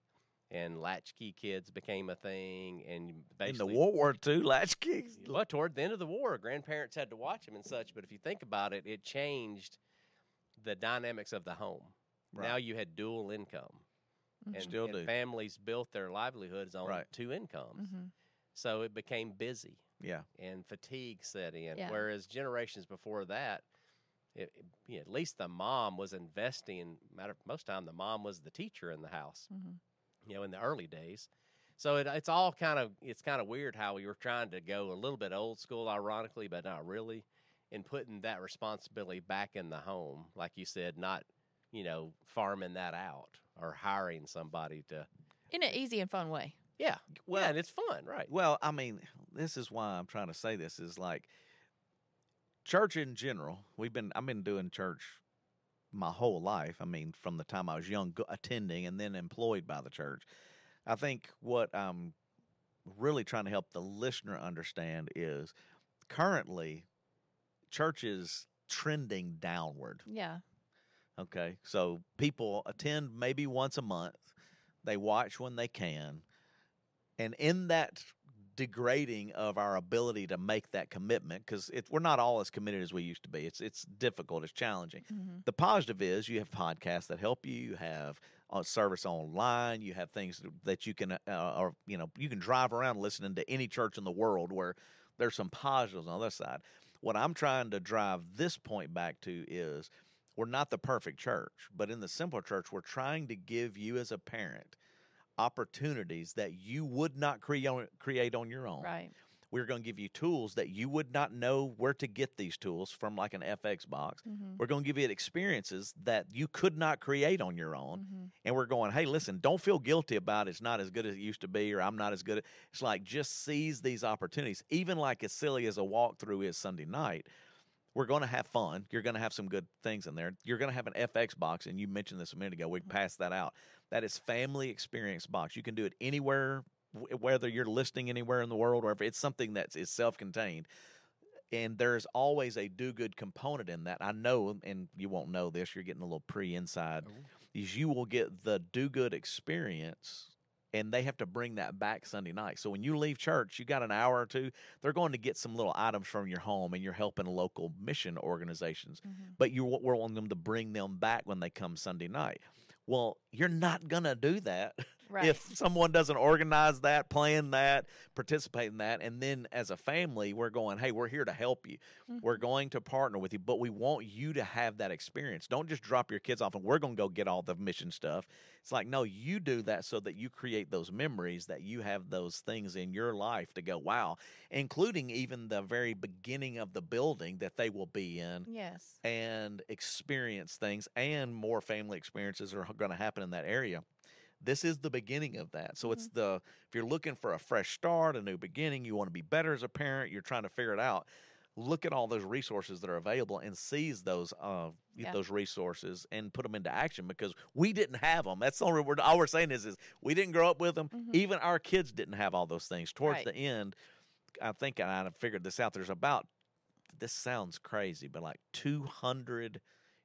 And latchkey kids became a thing, and
In the
basically
World War II, latchkeys.
well, toward the end of the war, grandparents had to watch them and such. But if you think about it, it changed the dynamics of the home.
Right.
Now you had dual income,
Mhm.
and,
Still
and
do.
families built their livelihoods on
Right.
two incomes.
Mm-hmm.
Mhm.
So it became busy
Yeah.
and fatigue set in.
Yeah.
Whereas generations before that, it, it- yeah, at least the mom was investing. Matter most time, the mom was the teacher in the house.
Mhm.
You know, in the early days. So it, it's all kind of it's kind of weird how we were trying to go a little bit old school, ironically, but not really, and putting that responsibility back in the home, like you said, not you know farming that out or hiring somebody to.
In an easy and fun way.
Yeah, well,
Well-
and it's fun, right?
Well, I mean, this is why I'm trying to say this is like church in general. We've been I've been doing church my whole life. I mean, from the time I was young, go- attending and then employed by the church. I think what I'm really trying to help the listener understand is currently church is trending downward.
Yeah.
Okay. So people attend maybe once a month. They watch when they can. And in that degrading of our ability to make that commitment, because we're not all as committed as we used to be, it's, it's difficult, it's challenging.
Mhm.
The positive is you have podcasts that help you. You have a service online. You have things that you can, uh, or you know, you can drive around listening to any church in the world where there's some positives on the other side. What I'm trying to drive this point back to is we're not the perfect church, but in the simpler church, we're trying to give you as a parent opportunities that you would not create create on your own
Right.
we're going to give you tools that you would not know where to get these tools from like an fx box
Mhm.
we're going to give you experiences that you could not create on your own
Mhm.
and we're going hey listen don't feel guilty about it's not as good as it used to be or i'm not as good at it's like just seize these opportunities even like as silly as a walkthrough is sunday night we're going to have fun you're going to have some good things in there you're going to have an fx box and you mentioned this a minute ago we passed that out that is family experience box you can do it anywhere w- whether you're listening anywhere in the world or if it's something that is self-contained and there's always a do good component in that i know and you won't know this you're getting a little pre inside is you will get the do good experience and they have to bring that back Sunday night. So when you leave church, you got an hour or two, they're going to get some little items from your home and you're helping local mission organizations.
Mhm.
But you wa- we're wanting them to bring them back when they come Sunday night. Well, you're not going to do that
Right.
if someone doesn't organize that, plan that, participate in that, and then as a family, we're going, hey, we're here to help you. We're going to partner with you, but we want you to have that experience. Don't just drop your kids off and we're going to go get all the mission stuff. It's like, no, you do that so that you create those memories, that you have those things in your life to go, wow, including even the very beginning of the building that they will be in
yes.
and experience things and more family experiences are going to happen in that area this is the beginning of that so
Mm-hmm.
it's the if you're looking for a fresh start a new beginning you want to be better as a parent you're trying to figure it out look at all those resources that are available and seize those uh
Yeah.
those resources and put them into action because we didn't have them that's the only word all we're saying is is we didn't grow up with them
Mhm.
even our kids didn't have all those things towards
Right.
the end i think and i figured this out there's about this sounds crazy but like 200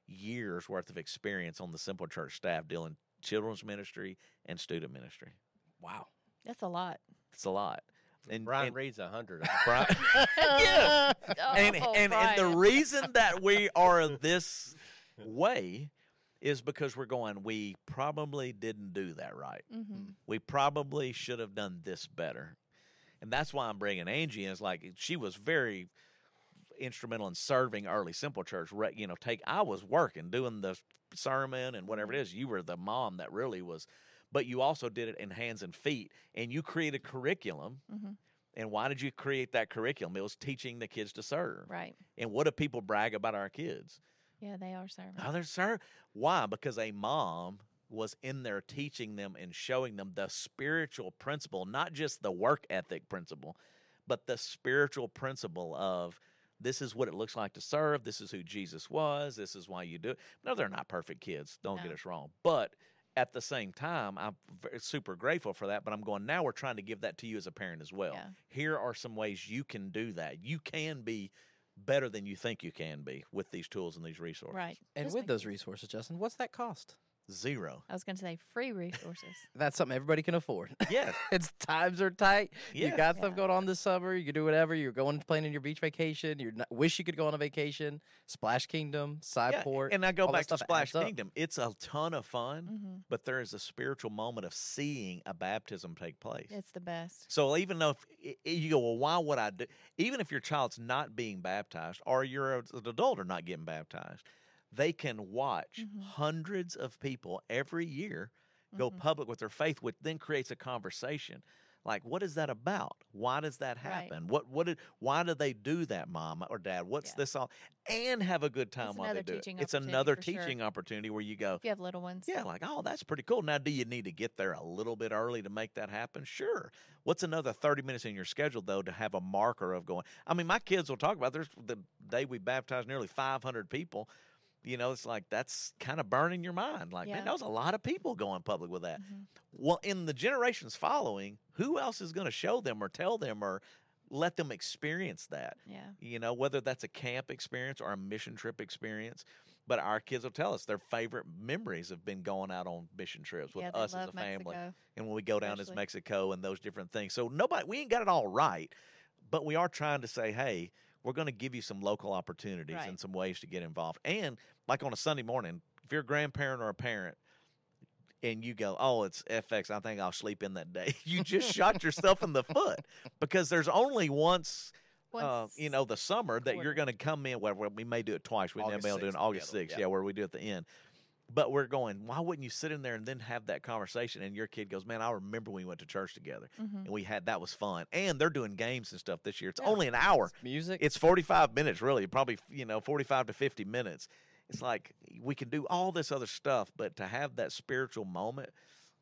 years worth of experience on the simple church staff dealing children's ministry and student ministry
Wow.
That's a lot.
it's a lot and
Brian
and,
Reed's a hundred.
Brian-
Yeah.
and,
Oh,
and, and the
Brian.
reason that we are this way is because we're going we probably didn't do that right
Mhm.
we probably should have done this better. And that's why I'm bringing Angie in. It's like she was very instrumental in serving early simple church. re- You know, take I was working, doing the sermon and whatever it is. You were the mom that really was, but you also did it in hands and feet, and you created curriculum.
Mhm.
And why did you create that curriculum? It was teaching the kids to serve.
Right.
And what do people brag about our kids?
Yeah, they are serving.
Other sir, why? Because a mom was in there teaching them and showing them the spiritual principle, not just the work ethic principle, but the spiritual principle of this is what it looks like to serve. This is who Jesus was. This is why you do it. No, they're not perfect kids. Don't get
No.
us wrong. But At the same time, I'm v- super grateful for that, but I'm going, now we're trying to give that to you as a parent as well.
Yeah.
Here are some ways you can do that. You can be better than you think you can be with these tools and these resources.
Right.
And
Just
with
make
those
it-
resources, Justin, what's that cost?
Zero.
I was going to say free resources.
That's something everybody can afford.
Yes.
it's times are tight.
Yeah.
You got stuff
Yeah.
going on this summer. You can do whatever. You're going planning your beach vacation. You wish you could go on a vacation. Splash Kingdom,
Yeah,
Sideport.
And I go
all that
back to
stuff adds
Splash
up. Mm.
Kingdom. It's a ton of fun,
hmm
but there is a spiritual moment of seeing a baptism take place.
It's the best.
so even though if, i- i- you go, well, why would I do? Even if your child's not being baptized, or you're a- an adult or not getting baptized, they can watch
Mm-hmm.
Mhm.
hundreds of people every year go
Mhm.
public with their faith, which then creates a conversation. Like, what is that about? Why does that
Right.
happen? What what did why do they do that, mom or dad? What's
Yeah.
this all? And have a good time while they
another
do it.
teaching
It's
opportunity
another
for sure.
teaching opportunity where you go,
If you have little ones,
yeah, like, oh, that's pretty cool. Now, do you need to get there a little bit early to make that happen? Sure. What's another 30 minutes in your schedule, though, to have a marker of going? I mean, my kids will talk about there's the day we baptized nearly 500 people. You know, it's like that's kind of burning your mind. Like, man,
Yeah.
that was a lot of people going public with that.
Mhm.
Well, in the generations following, who else is going to show them or tell them or let them experience that?
yeah,
you know, whether that's a camp experience or a mission trip experience. But our kids will tell us their favorite memories have been going out on mission trips with
yeah, they
us as
love
a family.
Mexico.
And when we go down as
especially.
Mexico and those different things. So nobody, we ain't got it all right, but we are trying to say, hey, we're going to give you some local opportunities
Right.
and some ways to get involved. And like on a Sunday morning, if you're a grandparent or a parent, and you go, oh, it's FX. I think I'll sleep in that day. You just shot yourself in the foot because there's only once uh, you
Once-
know, the summer that you're
quarter.
going to come in. Well, we may do it twice. We may
August
be able to do it
6th
August
together,
sixth, yeah.
yeah.
where we do it at the end. But we're going. Why wouldn't you sit in there and then have that conversation? And your kid goes, "Man, I remember we went to church together,
Mhm.
and we had that was fun." And they're doing games and stuff this year. It's
Yeah.
only an hour.
Music.
It's forty five minutes, really. Probably you know forty five to fifty minutes. It's like we can do all this other stuff, but to have that spiritual moment,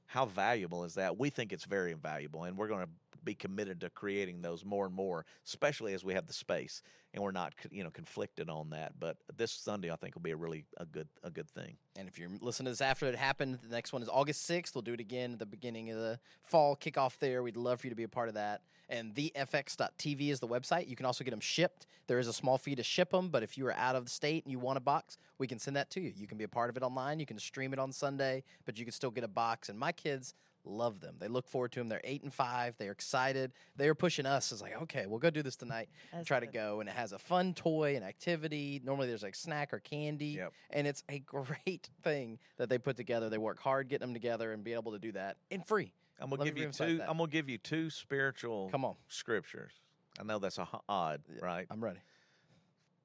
how valuable is that? We think it's very invaluable, and we're going to be committed to creating those more and more, especially as we have the space and we're not you know conflicted on that. But this Sunday, I think, will be a really a good a good thing.
And if you're listening to this after it happened, the next one is August 6th. We'll do it again at the beginning of the fall kickoff there. We'd love for you to be a part of that. And thefx.tv is the website. You can also get them shipped. There is a small fee to ship them, but if you are out of the state and you want a box, we can send that to you. You can be a part of it online. You can stream it on Sunday, but you can still get a box. And my kids love them. They look forward to them. They're eight and five. They're excited. They are pushing us. It's like, okay, we'll go do this tonight
That's
try to
good.
go and it has a fun toy and activity normally there's like snack or candy
Yep.
and it's a great thing that they put together they work hard getting them together and be able to do that and free
I'm gonna
Let me
give you
reinsert
two.
that.
I'm gonna give you two spiritual
come on
scriptures. I know that's a h- odd, right?
i'm ready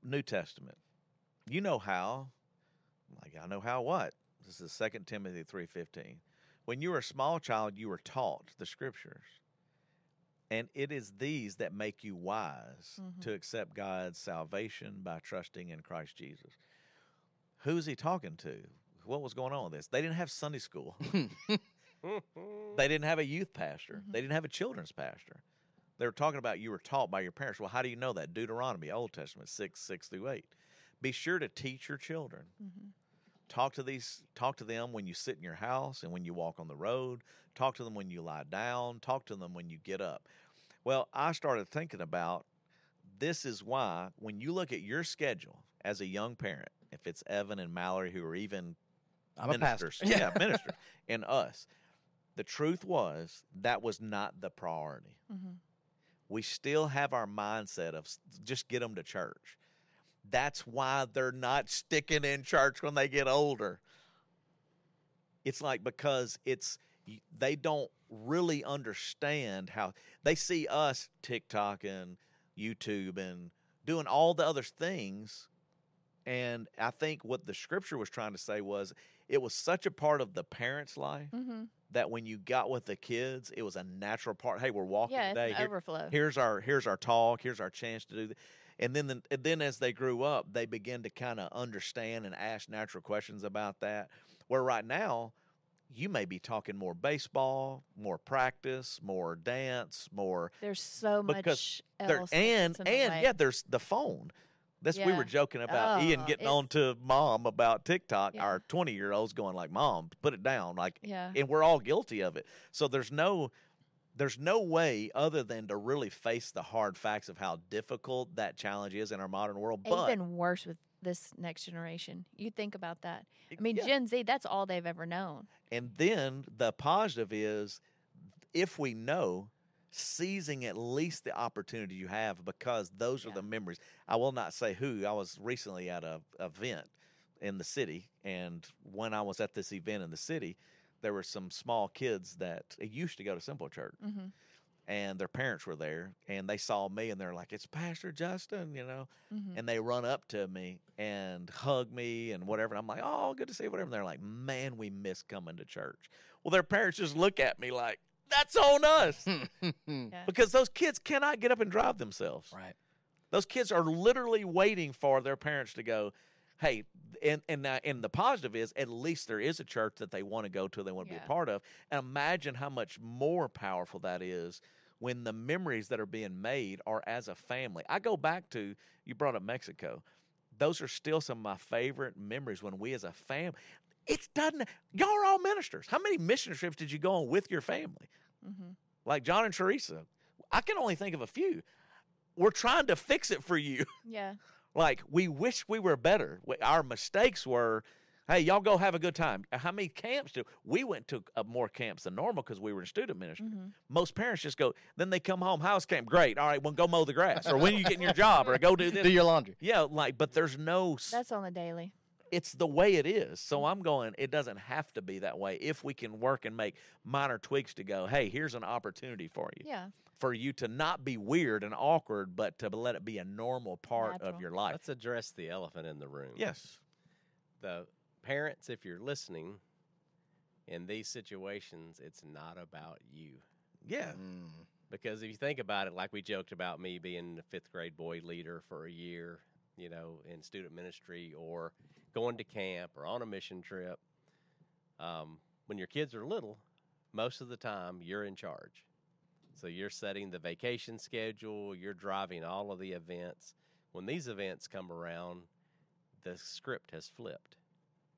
New Testament. You know how. Like I know how what? This is Second Timothy three fifteen. When you were a small child, you were taught the scriptures. And it is these that make you wise
Mhm.
to accept God's salvation by trusting in Christ Jesus. Who is he talking to? What was going on with this? They didn't have Sunday school.
Mm-hmm.
They didn't have a youth pastor. They didn't have a children's pastor. They were talking about you were taught by your parents. Well, how do you know that? Deuteronomy, Old Testament, six, six through eight. Be sure to teach your children.
Mhm.
Talk to these. Talk to them when you sit in your house and when you walk on the road. Talk to them when you lie down. Talk to them when you get up. Well, I started thinking about this is why when you look at your schedule as a young parent, if it's Evan and Mallory who are even
i'm a pastor
ministers. Yeah, minister. And us. The truth was that was not the priority.
Mhm.
We still have our mindset of s- just get them to church. That's why they're not sticking in church when they get older. It's like because it's y- they don't really understand how they see us TikTok and YouTube and doing all the other things. And I think what the scripture was trying to say was it was such a part of the parents' life
Mhm.
that when you got with the kids, it was a natural part. Hey, we're walking
Yeah, it's
today.
an
Here-
overflow.
here's our here's our talk. Here's our chance to do. Th- and then the, and then as they grew up, they begin to kind of understand and ask natural questions about that. Where right now, you may be talking more baseball, more practice, more dance, more
There's so
because
much
there
else. that
and
gets in the
and
way.
yeah, there's the phone. That's we
Yeah.
were joking about Ian
Oh,
getting
it's-
on to mom about TikTok.
Yeah.
Our twenty year olds going like, "Mom, put it down!" Like,
Yeah.
and we're all guilty of it. So there's no there's no way other than to really face the hard facts of how difficult that challenge is in our modern world. But
Even worse with this next generation. You think about that. I mean,
yeah.
Gen Z, that's all they've ever known.
And then the positive is if we know, seizing at least the opportunity you have because those are
Yeah.
the memories. I will not say who. I was recently at a event in the city and when I was at this event in the city, there were some small kids that used to go to Simple Church
Mm-hmm.
and their parents were there and they saw me and they're like, It's Pastor Justin, you know
Mm-hmm.
and they run up to me and hug me and whatever. And I'm like, oh, good to see you, whatever. And they're like, man, we miss coming to church. Well, their parents just look at me like, that's on
Mm.
us because those kids cannot get up and drive themselves.
right.
Those kids are literally waiting for their parents to go, hey, and and now and the positive is at least there is a church that they want to go to, they want to be
Yeah.
a part of. And imagine how much more powerful that is when the memories that are being made are as a family. I go back to you brought up Mexico. Those are still some of my favorite memories when we as a family. It's done. Y'all are all ministers. How many mission trips did you go on with your family?
Mm-hmm.
like John and Teresa. I can only think of a few. We're trying to fix it for you.
Yeah.
like we wish we were better. We- Our mistakes were, hey, y'all go have a good time. How many camps do we went to uh, more camps than normal because we were in student ministry?
Mm-hmm.
Most parents just go. Then they come home, house camp, great. All right, well go mow the grass, or when are you getting your job, or go do
Do
this.
your laundry.
Yeah, like, but there's no. s-
That's on the daily.
it's the way it is. So I'm going, it doesn't have to be that way if we can work and make minor tweaks to go, hey, here's an opportunity for you
Yeah.
for you to not be weird and awkward, but to let it be a normal part of
Natural.
your life.
Let's address the elephant in the room.
yes.
The parents, if you're listening, in these situations, it's not about you.
Yeah.
Mm.
Because if you think about it, like we joked about me being the fifth grade boy leader for a year, you know, in student ministry or going to camp or on a mission trip, um, when your kids are little, most of the time you're in charge. So you're setting the vacation schedule, you're driving all of the events. When these events come around, the script has flipped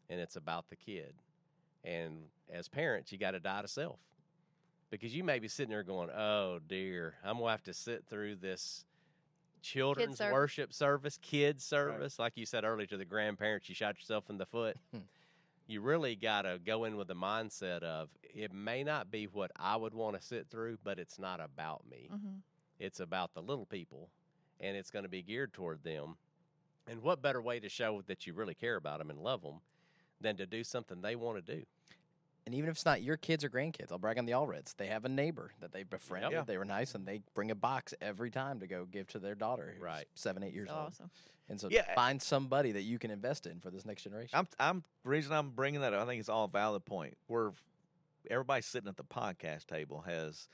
and it's about the kid. And as parents, you got to die to self because you may be sitting there going, "Oh dear, I'm gonna have to sit through this children's
serv-
worship service, kids service." Like you said earlier to the grandparents, you shot yourself in the foot. you really got to go in with the mindset of it may not be what I would want to sit through, but it's not about me.
Mm-hmm.
It's about the little people, and it's going to be geared toward them. And what better way to show that you really care about them and love them than to do something they want to do?
And even if it's not your kids or grandkids, I'll brag on the Allreds. They have a neighbor that they befriended.
Yeah.
They were nice, and they bring a box every time to go give to their daughter, who's
Right.
seven, eight years old.
awesome.
And so,
Yeah.
find somebody that you can invest in for this next generation.
I'm, I'm, the reason I'm bringing that up, I think it's all a valid point. We're, everybody sitting at the podcast table has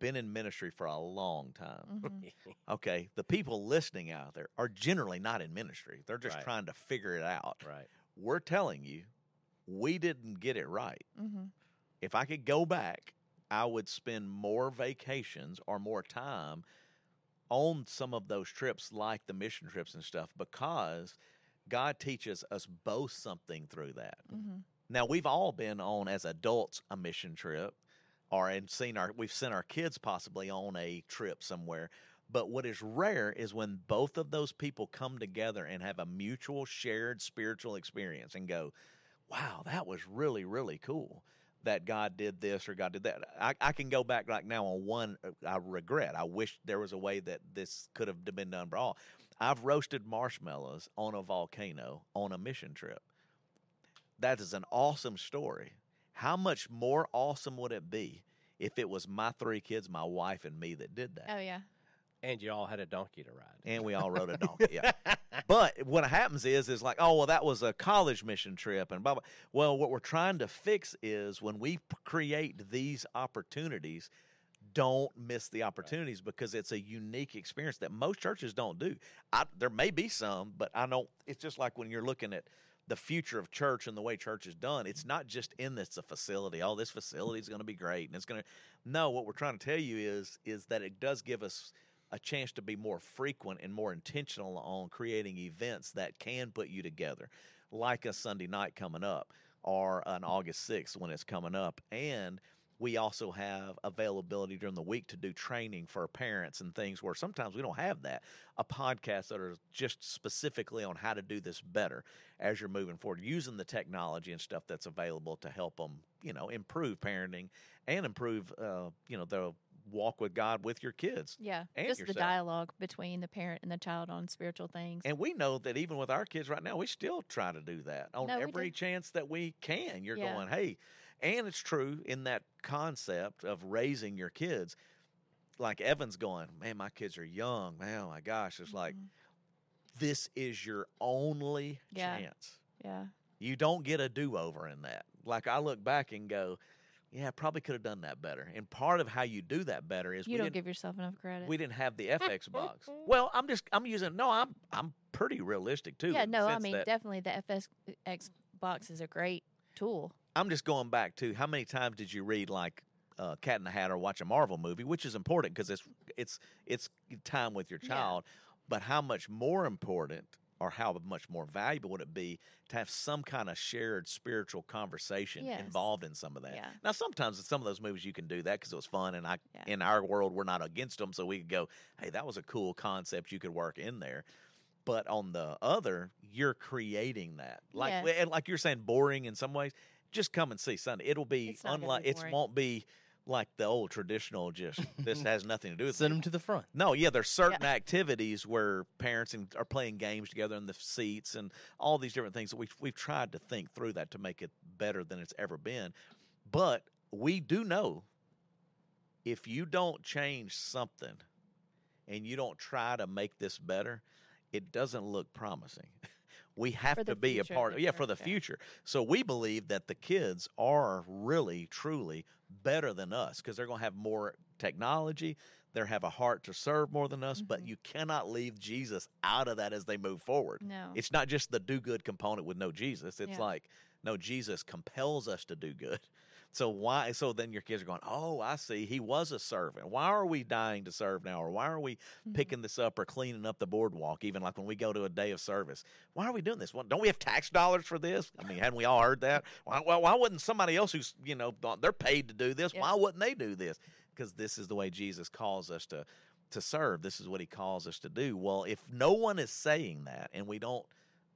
been in ministry for a long time.
Mm-hmm.
Okay. The people listening out there are generally not in ministry, they're just
Right.
trying to figure it out.
Right.
We're telling you, we didn't get it right.
mm-hmm.
if I could go back, I would spend more vacations or more time on some of those trips, like the mission trips and stuff, because God teaches us both something through that.
Mm-hmm.
Now, we've all been on as adults a mission trip or and seen our we've sent our kids possibly on a trip somewhere. But what is rare is when both of those people come together and have a mutual shared spiritual experience and go, wow, that was really, really cool that God did this or God did that. I, I can go back like now on one uh, I regret. I wish there was a way that this could have been done for all. I've roasted marshmallows on a volcano on a mission trip. That is an awesome story. How much more awesome would it be if it was my three kids, my wife, and me that did that?
Oh yeah.
And you all had a donkey to ride.
and we all rode a donkey. Yeah. But what happens is, is like, oh well, that was a college mission trip, and blah blah. Well, what we're trying to fix is when we p- create these opportunities, don't miss the opportunities because it's a unique experience that most churches don't do. I, there may be some, but I don't. It's just like when you're looking at the future of church and the way church is done. It's not just in this a facility. Oh, this facility is going to be great, and it's going to. No, what we're trying to tell you is is that it does give us a chance to be more frequent and more intentional on creating events that can put you together, like a Sunday night coming up or an August 6th when it's coming up. And we also have availability during the week to do training for parents and things where sometimes we don't have that. A podcast that are just specifically on how to do this better as you're moving forward, using the technology and stuff that's available to help them, you know, improve parenting and improve, uh, you know, the walk with God with your kids.
Yeah,
And
just
yourself.
the dialogue between the parent and the child on spiritual things.
And we know that even with our kids right now, we still try to do that on
No, we
every
do.
chance that we can. You're
Yeah.
going, hey, and it's true in that concept of raising your kids. Like Evan's going, man, my kids are young. Man, oh my gosh, it's like
Mhm.
this is your only
Yeah.
chance.
yeah,
You don't get a do over in that. Like I look back and go, yeah, I probably could have done that better. And part of how you do that better is
you
we
don't
didn't
give yourself enough credit.
we didn't have the FX box. Well, I'm just I'm using no, I'm I'm pretty realistic too.
yeah,
in the
no, I
sense
mean
that
definitely the FSX box is a great tool.
I'm just going back to how many times did you read like uh, Cat in the Hat or watch a Marvel movie, which is important because it's it's it's time with your
Yeah.
child. But how much more important or how much more valuable would it be to have some kind of shared spiritual conversation
Yes.
involved in some of that?
Yeah.
Now, sometimes in some of those movies you can do that because it was fun, and I
Yeah.
in our world we're not against them, so we could go, "Hey, that was a cool concept you could work in there." But on the other, you're creating that, like
Yes.
and like you're saying, boring in some ways. Just come and see Sunday. It'll be
It's not gonna
unlike
be
it
boring.
won't be like the old traditional. Just this has nothing to do with
Send
me.
them to the front.
No, yeah, there's certain activities where parents and are playing games together in the seats and all these different things. We've we've tried to think through that to make it better than it's ever been, but we do know if you don't change something and you don't try to make this better, it doesn't look promising. We have
For
to
the
be a
future,
part of
the
yeah for the
church, yeah.
future. So we believe that the kids are really truly better than us because they're going to have more technology. They have a heart to serve more than us, but
Mhm.
you cannot leave Jesus out of that as they move forward.
No,
It's not just the do good component with no Jesus. It's
Mm-hmm. Yeah.
like, no, Jesus compels us to do good. So why? So then your kids are going, oh, I see. He was a servant. Why are we dying to serve now? Or why are we
Mhm.
picking this up or cleaning up the boardwalk? Even like when we go to a day of service, why are we doing this? Well, don't we have tax dollars for this? I mean, hadn't we all heard that? Why, why, why wouldn't somebody else who's, you know, they're paid to do this?
Yeah.
Why wouldn't they do this? Because this is the way Jesus calls us to to serve. This is what he calls us to do. Well, if no one is saying that and we don't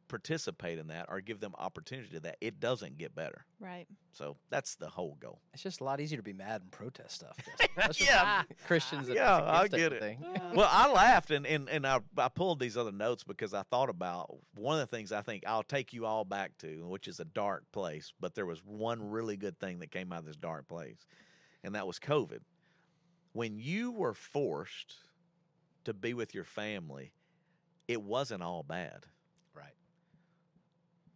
participate in that or give them opportunity to that, it doesn't get better.
right.
So that's the whole goal.
It's just a lot easier to be mad and protest stuff. Justin. That's just
Yeah.
Christians. that
Yeah,
it's
I
against
get it.
everything.
well, I laughed and and, and I, I pulled these other notes because I thought about one of the things I think I'll take you all back to, which is a dark place. But there was one really good thing that came out of this dark place, and that was COVID. When you were forced to be with your family, it wasn't all bad.
Right.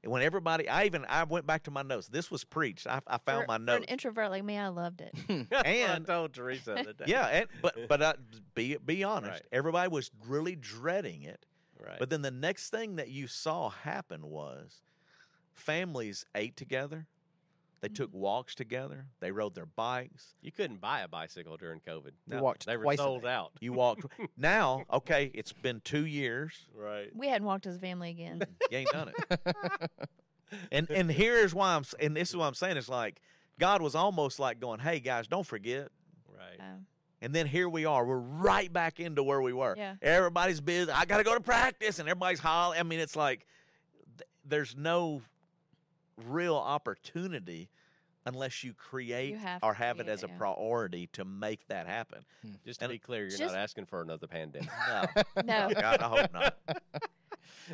And When everybody, I even I went back to my notes. This was preached. I, I found
for,
my
for
notes.
an introvert like me, I loved it.
And-
I told Teresa the other day.
yeah, and, but but uh, be be honest.
Right.
Everybody was really dreading it.
Right.
But then the next thing that you saw happen was families ate together. They took walks together. They rode their bikes.
you couldn't buy a bicycle during COVID.
We
No,
walked
They were
twice a
sold
day.
out.
You walked. now, okay, it's been two years.
Right.
We hadn't walked as a family again.
You ain't done it. and and here's why I'm s- and this is what I'm saying. It's like God was almost like going, "Hey guys, don't forget."
Right.
Um,
And then here we are. We're right back into where we were.
Yeah.
Everybody's busy. I got to go to practice, and everybody's hollering. I mean, it's like th- there's no real opportunity unless you create
have
or
to
have it
create
as
it,
a
yeah.
priority to make that happen.
Just to
And-
be clear, you're
Just-
not asking for another pandemic.
No,
no,
God, I hope not.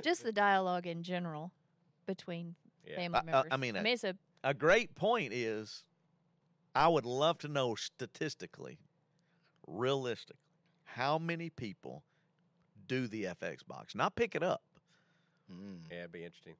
just the dialogue in general between
Yeah.
family
I- I- I
members.
mean, uh,
it's a
A great point is, I would love to know statistically, realistically, how many people do the FX box, not pick it up.
Mm.
Yeah, it'd be interesting.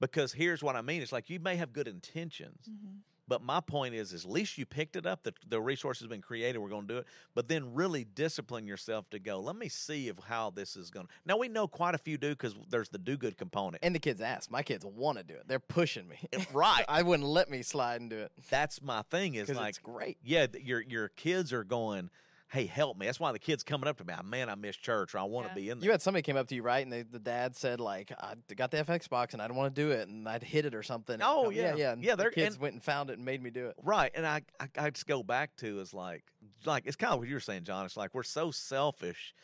Because here's what I mean: it's like you may have good intentions,
mhm.
But my point is, is at least you picked it up. The, the resource has been created. We're going to do it. But then really discipline yourself to go, let me see if how this is going to. Now, we know quite a few do because there's the do good component.
And the kids ask. My kids want to do it. They're pushing me.
right.
I wouldn't let me slide and do it
That's my thing is
because
like,
it's great.
yeah, th- your, your kids are going, hey, help me. That's why the kids coming up to me, "Ah, man, I miss church, or I want to
Yeah.
be in there.
You had somebody came up to you, right? And they, the dad said, like, I d- got the FX box and I don't want to do it. And I'd hit it or something. and
Oh,
come-
yeah.
Yeah. Yeah. and
Yeah,
the
they're-
kids
and-
went and found it and made me do it.
Right, and I, I I just go back to is like like it's kind of what you were saying, John. It's like we're so selfish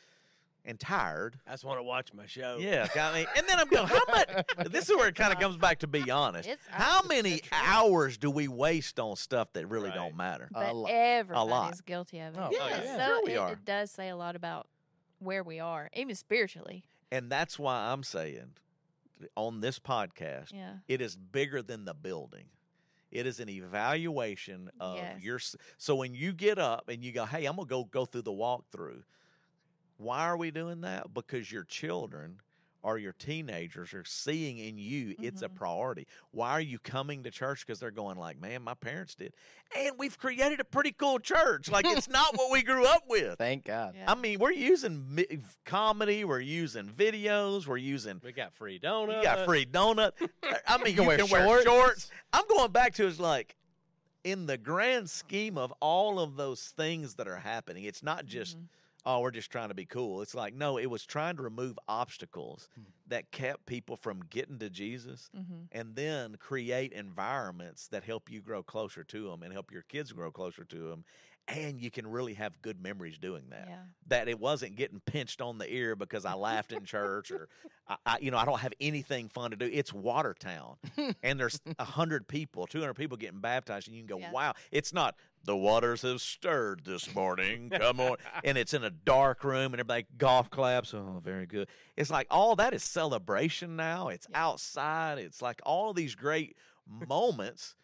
and tired.
I just want to watch my show.
Yeah, I mean, and then I'm going, how much? This is where it kind of comes back to be honest.
It's
How many
true.
hours do we waste on stuff that really
Right.
don't matter?
But
lot.
everybody's
lot.
guilty of it.
Oh,
Yeah,
yeah. yeah.
So
Sure we
it,
are.
it does say a lot about where we are, even spiritually.
And that's why I'm saying on this podcast,
Yeah.
it is bigger than the building. It is an evaluation of
Yes.
your. s- So when you get up and you go, "Hey, I'm gonna go go through the walkthrough," why are we doing that? Because your children or your teenagers are seeing in you it's a
Mhm.
priority. Why are you coming to church? Because they're going like, "Man, my parents did," and we've created a pretty cool church. Like it's not what we grew up with.
Thank God.
yeah.
I mean, we're using mi- comedy, we're using videos, we're using
We got free donuts.
you got free donut. I mean, you can,
can wear shorts.
wear, shorts. I'm going back to is like, in the grand scheme of all of those things that are happening, it's not just
Mhm.
oh, we're just trying to be cool. It's like no, it was trying to remove obstacles
Hmm.
that kept people from getting to Jesus,
Mhm.
and then create environments that help you grow closer to Him and help your kids grow closer to Him. And you can really have good memories doing that
Yeah.
that it wasn't getting pinched on the ear because I laughed in church or I, I you know I don't have anything fun to do. It's Watertown and there's a hundred people, two hundred people getting baptized, and you can go,
Yeah.
wow, it's not the waters have stirred this morning. Come on, and it's in a dark room and everybody golf claps. Oh, very good. It's like all that is celebration now. It's
Yeah.
outside. It's like all these great moments.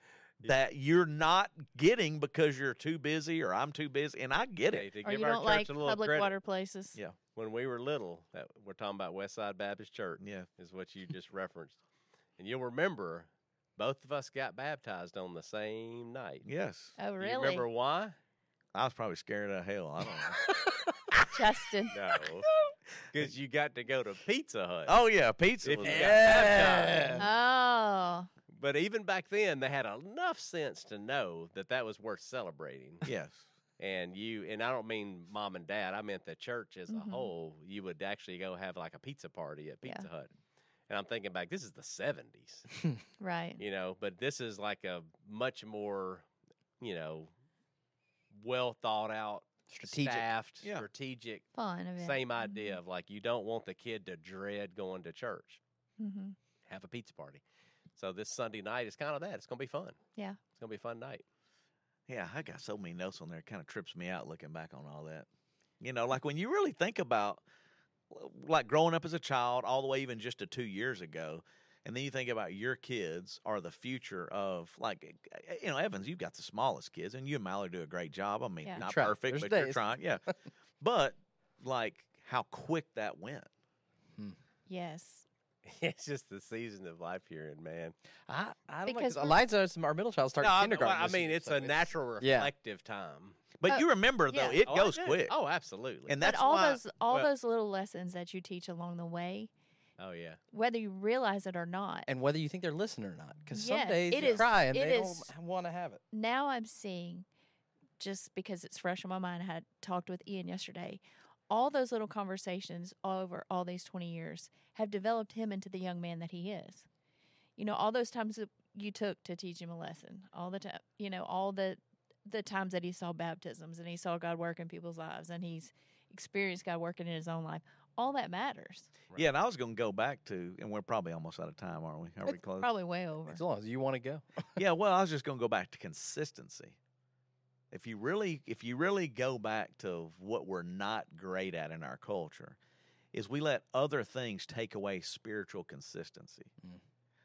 That you're not getting because you're too busy or I'm too busy, and I get it.
Hey, to
Or
give
you
our
don't
church
like
a little
public
credit,
water places.
Yeah.
When we were little, that, we're talking about Westside Baptist Church.
Yeah,
is what you just referenced. And you'll remember both of us got baptized on the same night.
yes.
Oh,
Do
really?
You remember why?
I was probably scared out of hell. I don't know.
Justin.
No. Because you got to go to Pizza Hut.
oh yeah, pizza.
If
was
you
good.
got baptized.
Oh.
But even back then, they had enough sense to know that that was worth celebrating.
Yes.
and you, and I don't mean mom and dad, I meant the church as
Mhm.
a whole. You would actually go have like a pizza party at
Yeah.
Pizza Hut. And I'm thinking back, this is the 70s.
Right.
you know but this is like a much more you know well thought out
Strategic.
staffed
Yeah.
strategic
Fun event.
same idea of like you don't want the kid to dread going to church
Mm-hmm.
have a pizza party so this sunday night is kind of that it's gonna be fun
Yeah.
it's gonna be a fun night
Yeah, I got so many notes on there. It kind of trips me out looking back on all that. You know, like when you really think about l- like growing up as a child all the way even just to 2 years ago and then you think about your kids are the future of like eh, you know Evans you've got the smallest kids and you and Mallory do a great job I mean
Yeah.
not
Try.
perfect
There's
but you're
days.
trying yeah but like how quick that went
Yes.
it's just the season of life here and man
I, I don't
Because
because
we're-
Eliza, our middle child, started
No, I-
kindergarten.
well, I
this
mean
year,
it's
so
a natural
yeah.
reflective time
but
Oh,
you remember though
yeah.
it
Oh, I
goes
do.
quick
oh absolutely
and
But
that's
all
why
those all
well-
those little lessons that you teach along the way,
oh yeah
whether you realize it or not.
And whether you think they're listening or not, because
Yes,
some days
it
you
is-
cry and
it
they
is-
don't want to have it.
now I'm seeing, just because it's fresh in my mind, I had talked with Ian yesterday. All those little conversations over all these 20 years have developed him into the young man that he is. You know, all those times that you took to teach him a lesson, all the time, you know, all the the times that he saw baptisms and he saw God work in people's lives and he's experienced God working in his own life. All that matters.
Right.
Yeah, and I was going to go back to, and we're probably almost out of time, aren't we? Are we
It's
close?
Probably way over.
As long as you want to go.
yeah. Well, I was just going to go back to consistency. If you really, if you really go back to what we're not great at in our culture, is we let other things take away spiritual consistency.
Mm.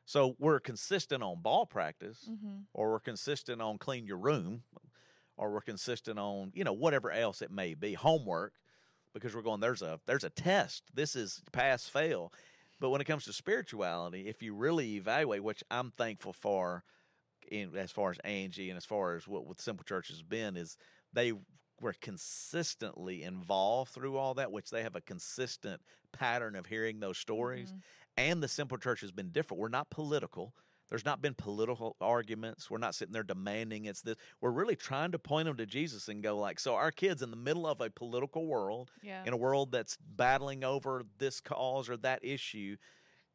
So we're consistent on ball practice,
Mm-hmm.
or we're consistent on clean your room, or we're consistent on you know whatever else it may be, homework, because we're going there's a there's a test. This is pass fail. But when it comes to spirituality, if you really evaluate, which I'm thankful for, in as far as Angie and as far as what, what Simple Church has been, is they were consistently involved through all that, which they have a
Mm-hmm.
consistent pattern of hearing those stories and the simple church has been different. We're not political. There's not been political arguments. We're not sitting there demanding it's this. We're really trying to point them to Jesus and go like, so our kids in the middle of a political world,
Yeah.
in a world that's battling over this cause or that issue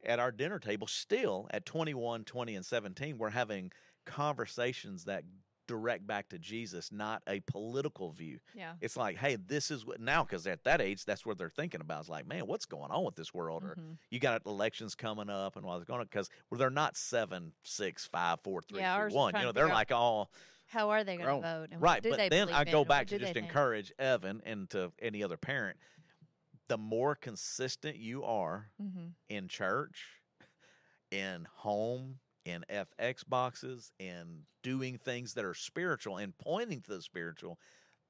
at our dinner table still at 21 20 and 17 we're having conversations that direct back to jesus not a political view
yeah.
it's like hey this is what now because at that age that's what they're thinking about it's like man what's going on with this world or
Mhm.
you got elections coming up and what's going on because they're not seven six five four three two one.
Yeah, ours is
you
trying
know
to
they're
figure out
like all
How are they
Grown.
going to vote? And what
Right,
do
but
they
then
believe
I
in,
go
and what
back
do
to
they
just
think?
encourage Evan and to any other parent. The more consistent you are
Mhm.
in church, in home, in FX boxes, in doing things that are spiritual and pointing to the spiritual,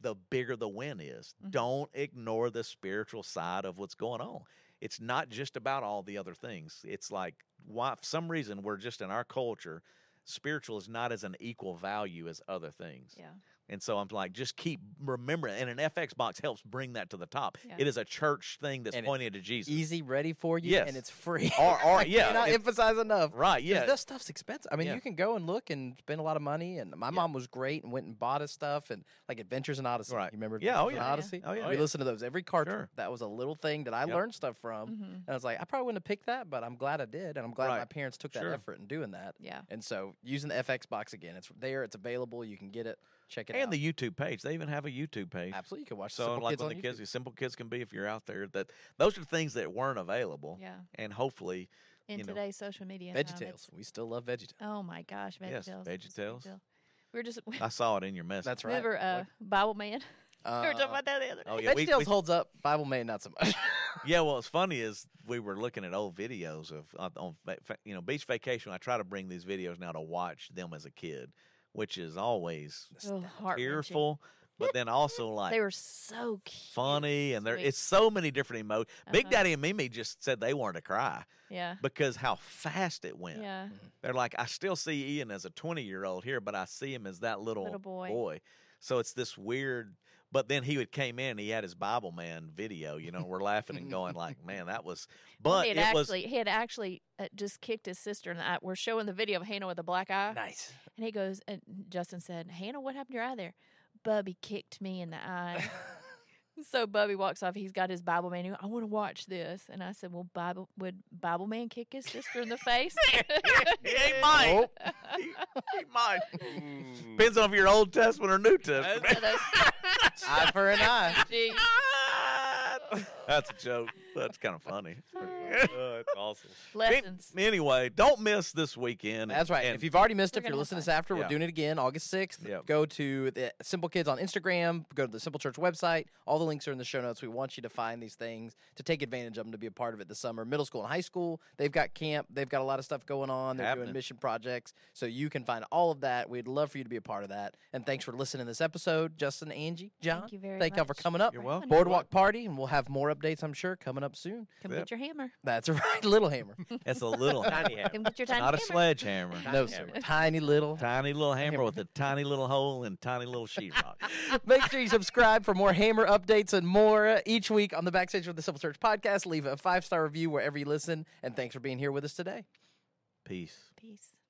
the bigger the win is.
Mhm.
Don't ignore the spiritual side of what's going on. It's not just about all the other things. It's like why for some reason we're just in our culture, spiritual is not as an equal value as other things.
Yeah.
And so I'm like, just keep remembering. And an FX box helps bring that to the top.
Yeah.
It is a church thing that's
And it-
pointing to Jesus.
Easy, ready for you,
Yes.
and it's free.
Or, or yeah,
Cannot
it-
emphasize enough.
right,
Yeah,
yeah,
that stuff's expensive. I mean,
Yeah.
you can go and look and spend a lot of money. And my mom was great and went and bought us stuff and like Adventures in Odyssey.
Right.
You remember?
Yeah, oh
Adventures in
yeah.
Odyssey.
Oh, yeah.
We
Oh, yeah.
listened to those every car
Sure.
trip. That was a little thing that I
Yep. Mm-hmm.
learned stuff
Um,
from.
hmm
And I was like, I probably wouldn't have picked that, but I'm glad I did, and I'm glad
Right.
my parents took that
Sure.
effort in doing that.
Yeah.
And so using the FX box again, it's there, it's available. You can get it. Check it
and
out.
the YouTube page. They even have a YouTube page.
Absolutely, you can watch
So,
Simple
like
Kids
when
on
the
YouTube.
kids, simple kids can be, if you're out there, that those are things that weren't available.
Yeah.
And hopefully,
In
you know,
today's social media, time,
VeggieTales.
it's-
we still love VeggieTales.
Oh my gosh, VeggieTales. is
Yes,
a big
VeggieTales.
deal. We were just we
I saw it in your message.
That's right.
were uh, Bible Man. we were talking
Uh,
about that the other.
oh
day.
yeah, we,
VeggieTales
we-
holds up. Bible May not so much.
yeah. Well, what's funny is we were looking at old videos of on, on va- fa- you know beach vacation. I try to bring these videos now to watch them as a kid, which is always
Oh, heart-wrenching.
tearful, but then also like
They were so cute.
funny and there
Sweet.
it's so many different emotions. Big
Uh-huh.
Daddy and Mimi just said they wanted to cry
Yeah.
because how fast it went.
Yeah.
They're like, I still see Ian as a twenty year old here, but I see him as that little,
Little boy.
So it's this weird but then he would came in and he had his Bible man video, you know, we're laughing and going like, Man, that was
Well,
but
he had
it was
actually he had actually uh, just kicked his sister in the eye. We're showing the video of Hannah with a black eye,
nice.
and he goes and Justin said, "Hannah, what happened to your eye there?" Bubby kicked me in the eye. so Bubby walks off. He's got his Bible man. He went, I want to watch this, and I said, "Well, Bible would Bible man kick his sister in the face?"
he ain't mine.
Nope.
He, he ain't mine.
Mm.
Depends on if you're Old Testament or New Testament.
So those-
eye for an eye.
Jeez.
That's a joke. That's kind of funny.
Uh, it's awesome.
Lessons.
Anyway, don't miss this weekend.
That's right.
And
if you've already missed
We're
it, if you're
gonna have
listening to this
fun.
after,
Yeah.
we're doing it again August 6th.
Yep.
Go to the Simple Kids on Instagram, go to the Simple Church website. All the links are in the show notes. We want you to find these things, to take advantage of them, to be a part of it this summer. Middle school and high school, they've got camp, they've got a lot of stuff going on. They're
Happening.
doing mission projects. So you can find all of that. We'd love for you to be a part of that. And thanks for listening to this episode, Justin, Angie, John.
Thank you very
Thank y'all for
much.
coming up.
You're welcome.
Boardwalk Party, and we'll have more updates, I'm sure, coming up soon.
Come
Yep.
get your hammer.
That's right, Little Hammer.
it's a little hammer,
Tiny hammer.
Come get your tiny
not a
hammer.
sledgehammer.
no, sir.
hammer.
Tiny little
Tiny little hammer with a tiny little hole and tiny little sheetrock.
Make sure you subscribe for more Hammer updates and more each week on the Backstage with the Simple Search podcast. Leave a five star review wherever you listen. And thanks for being here with us today.
Peace.
Peace.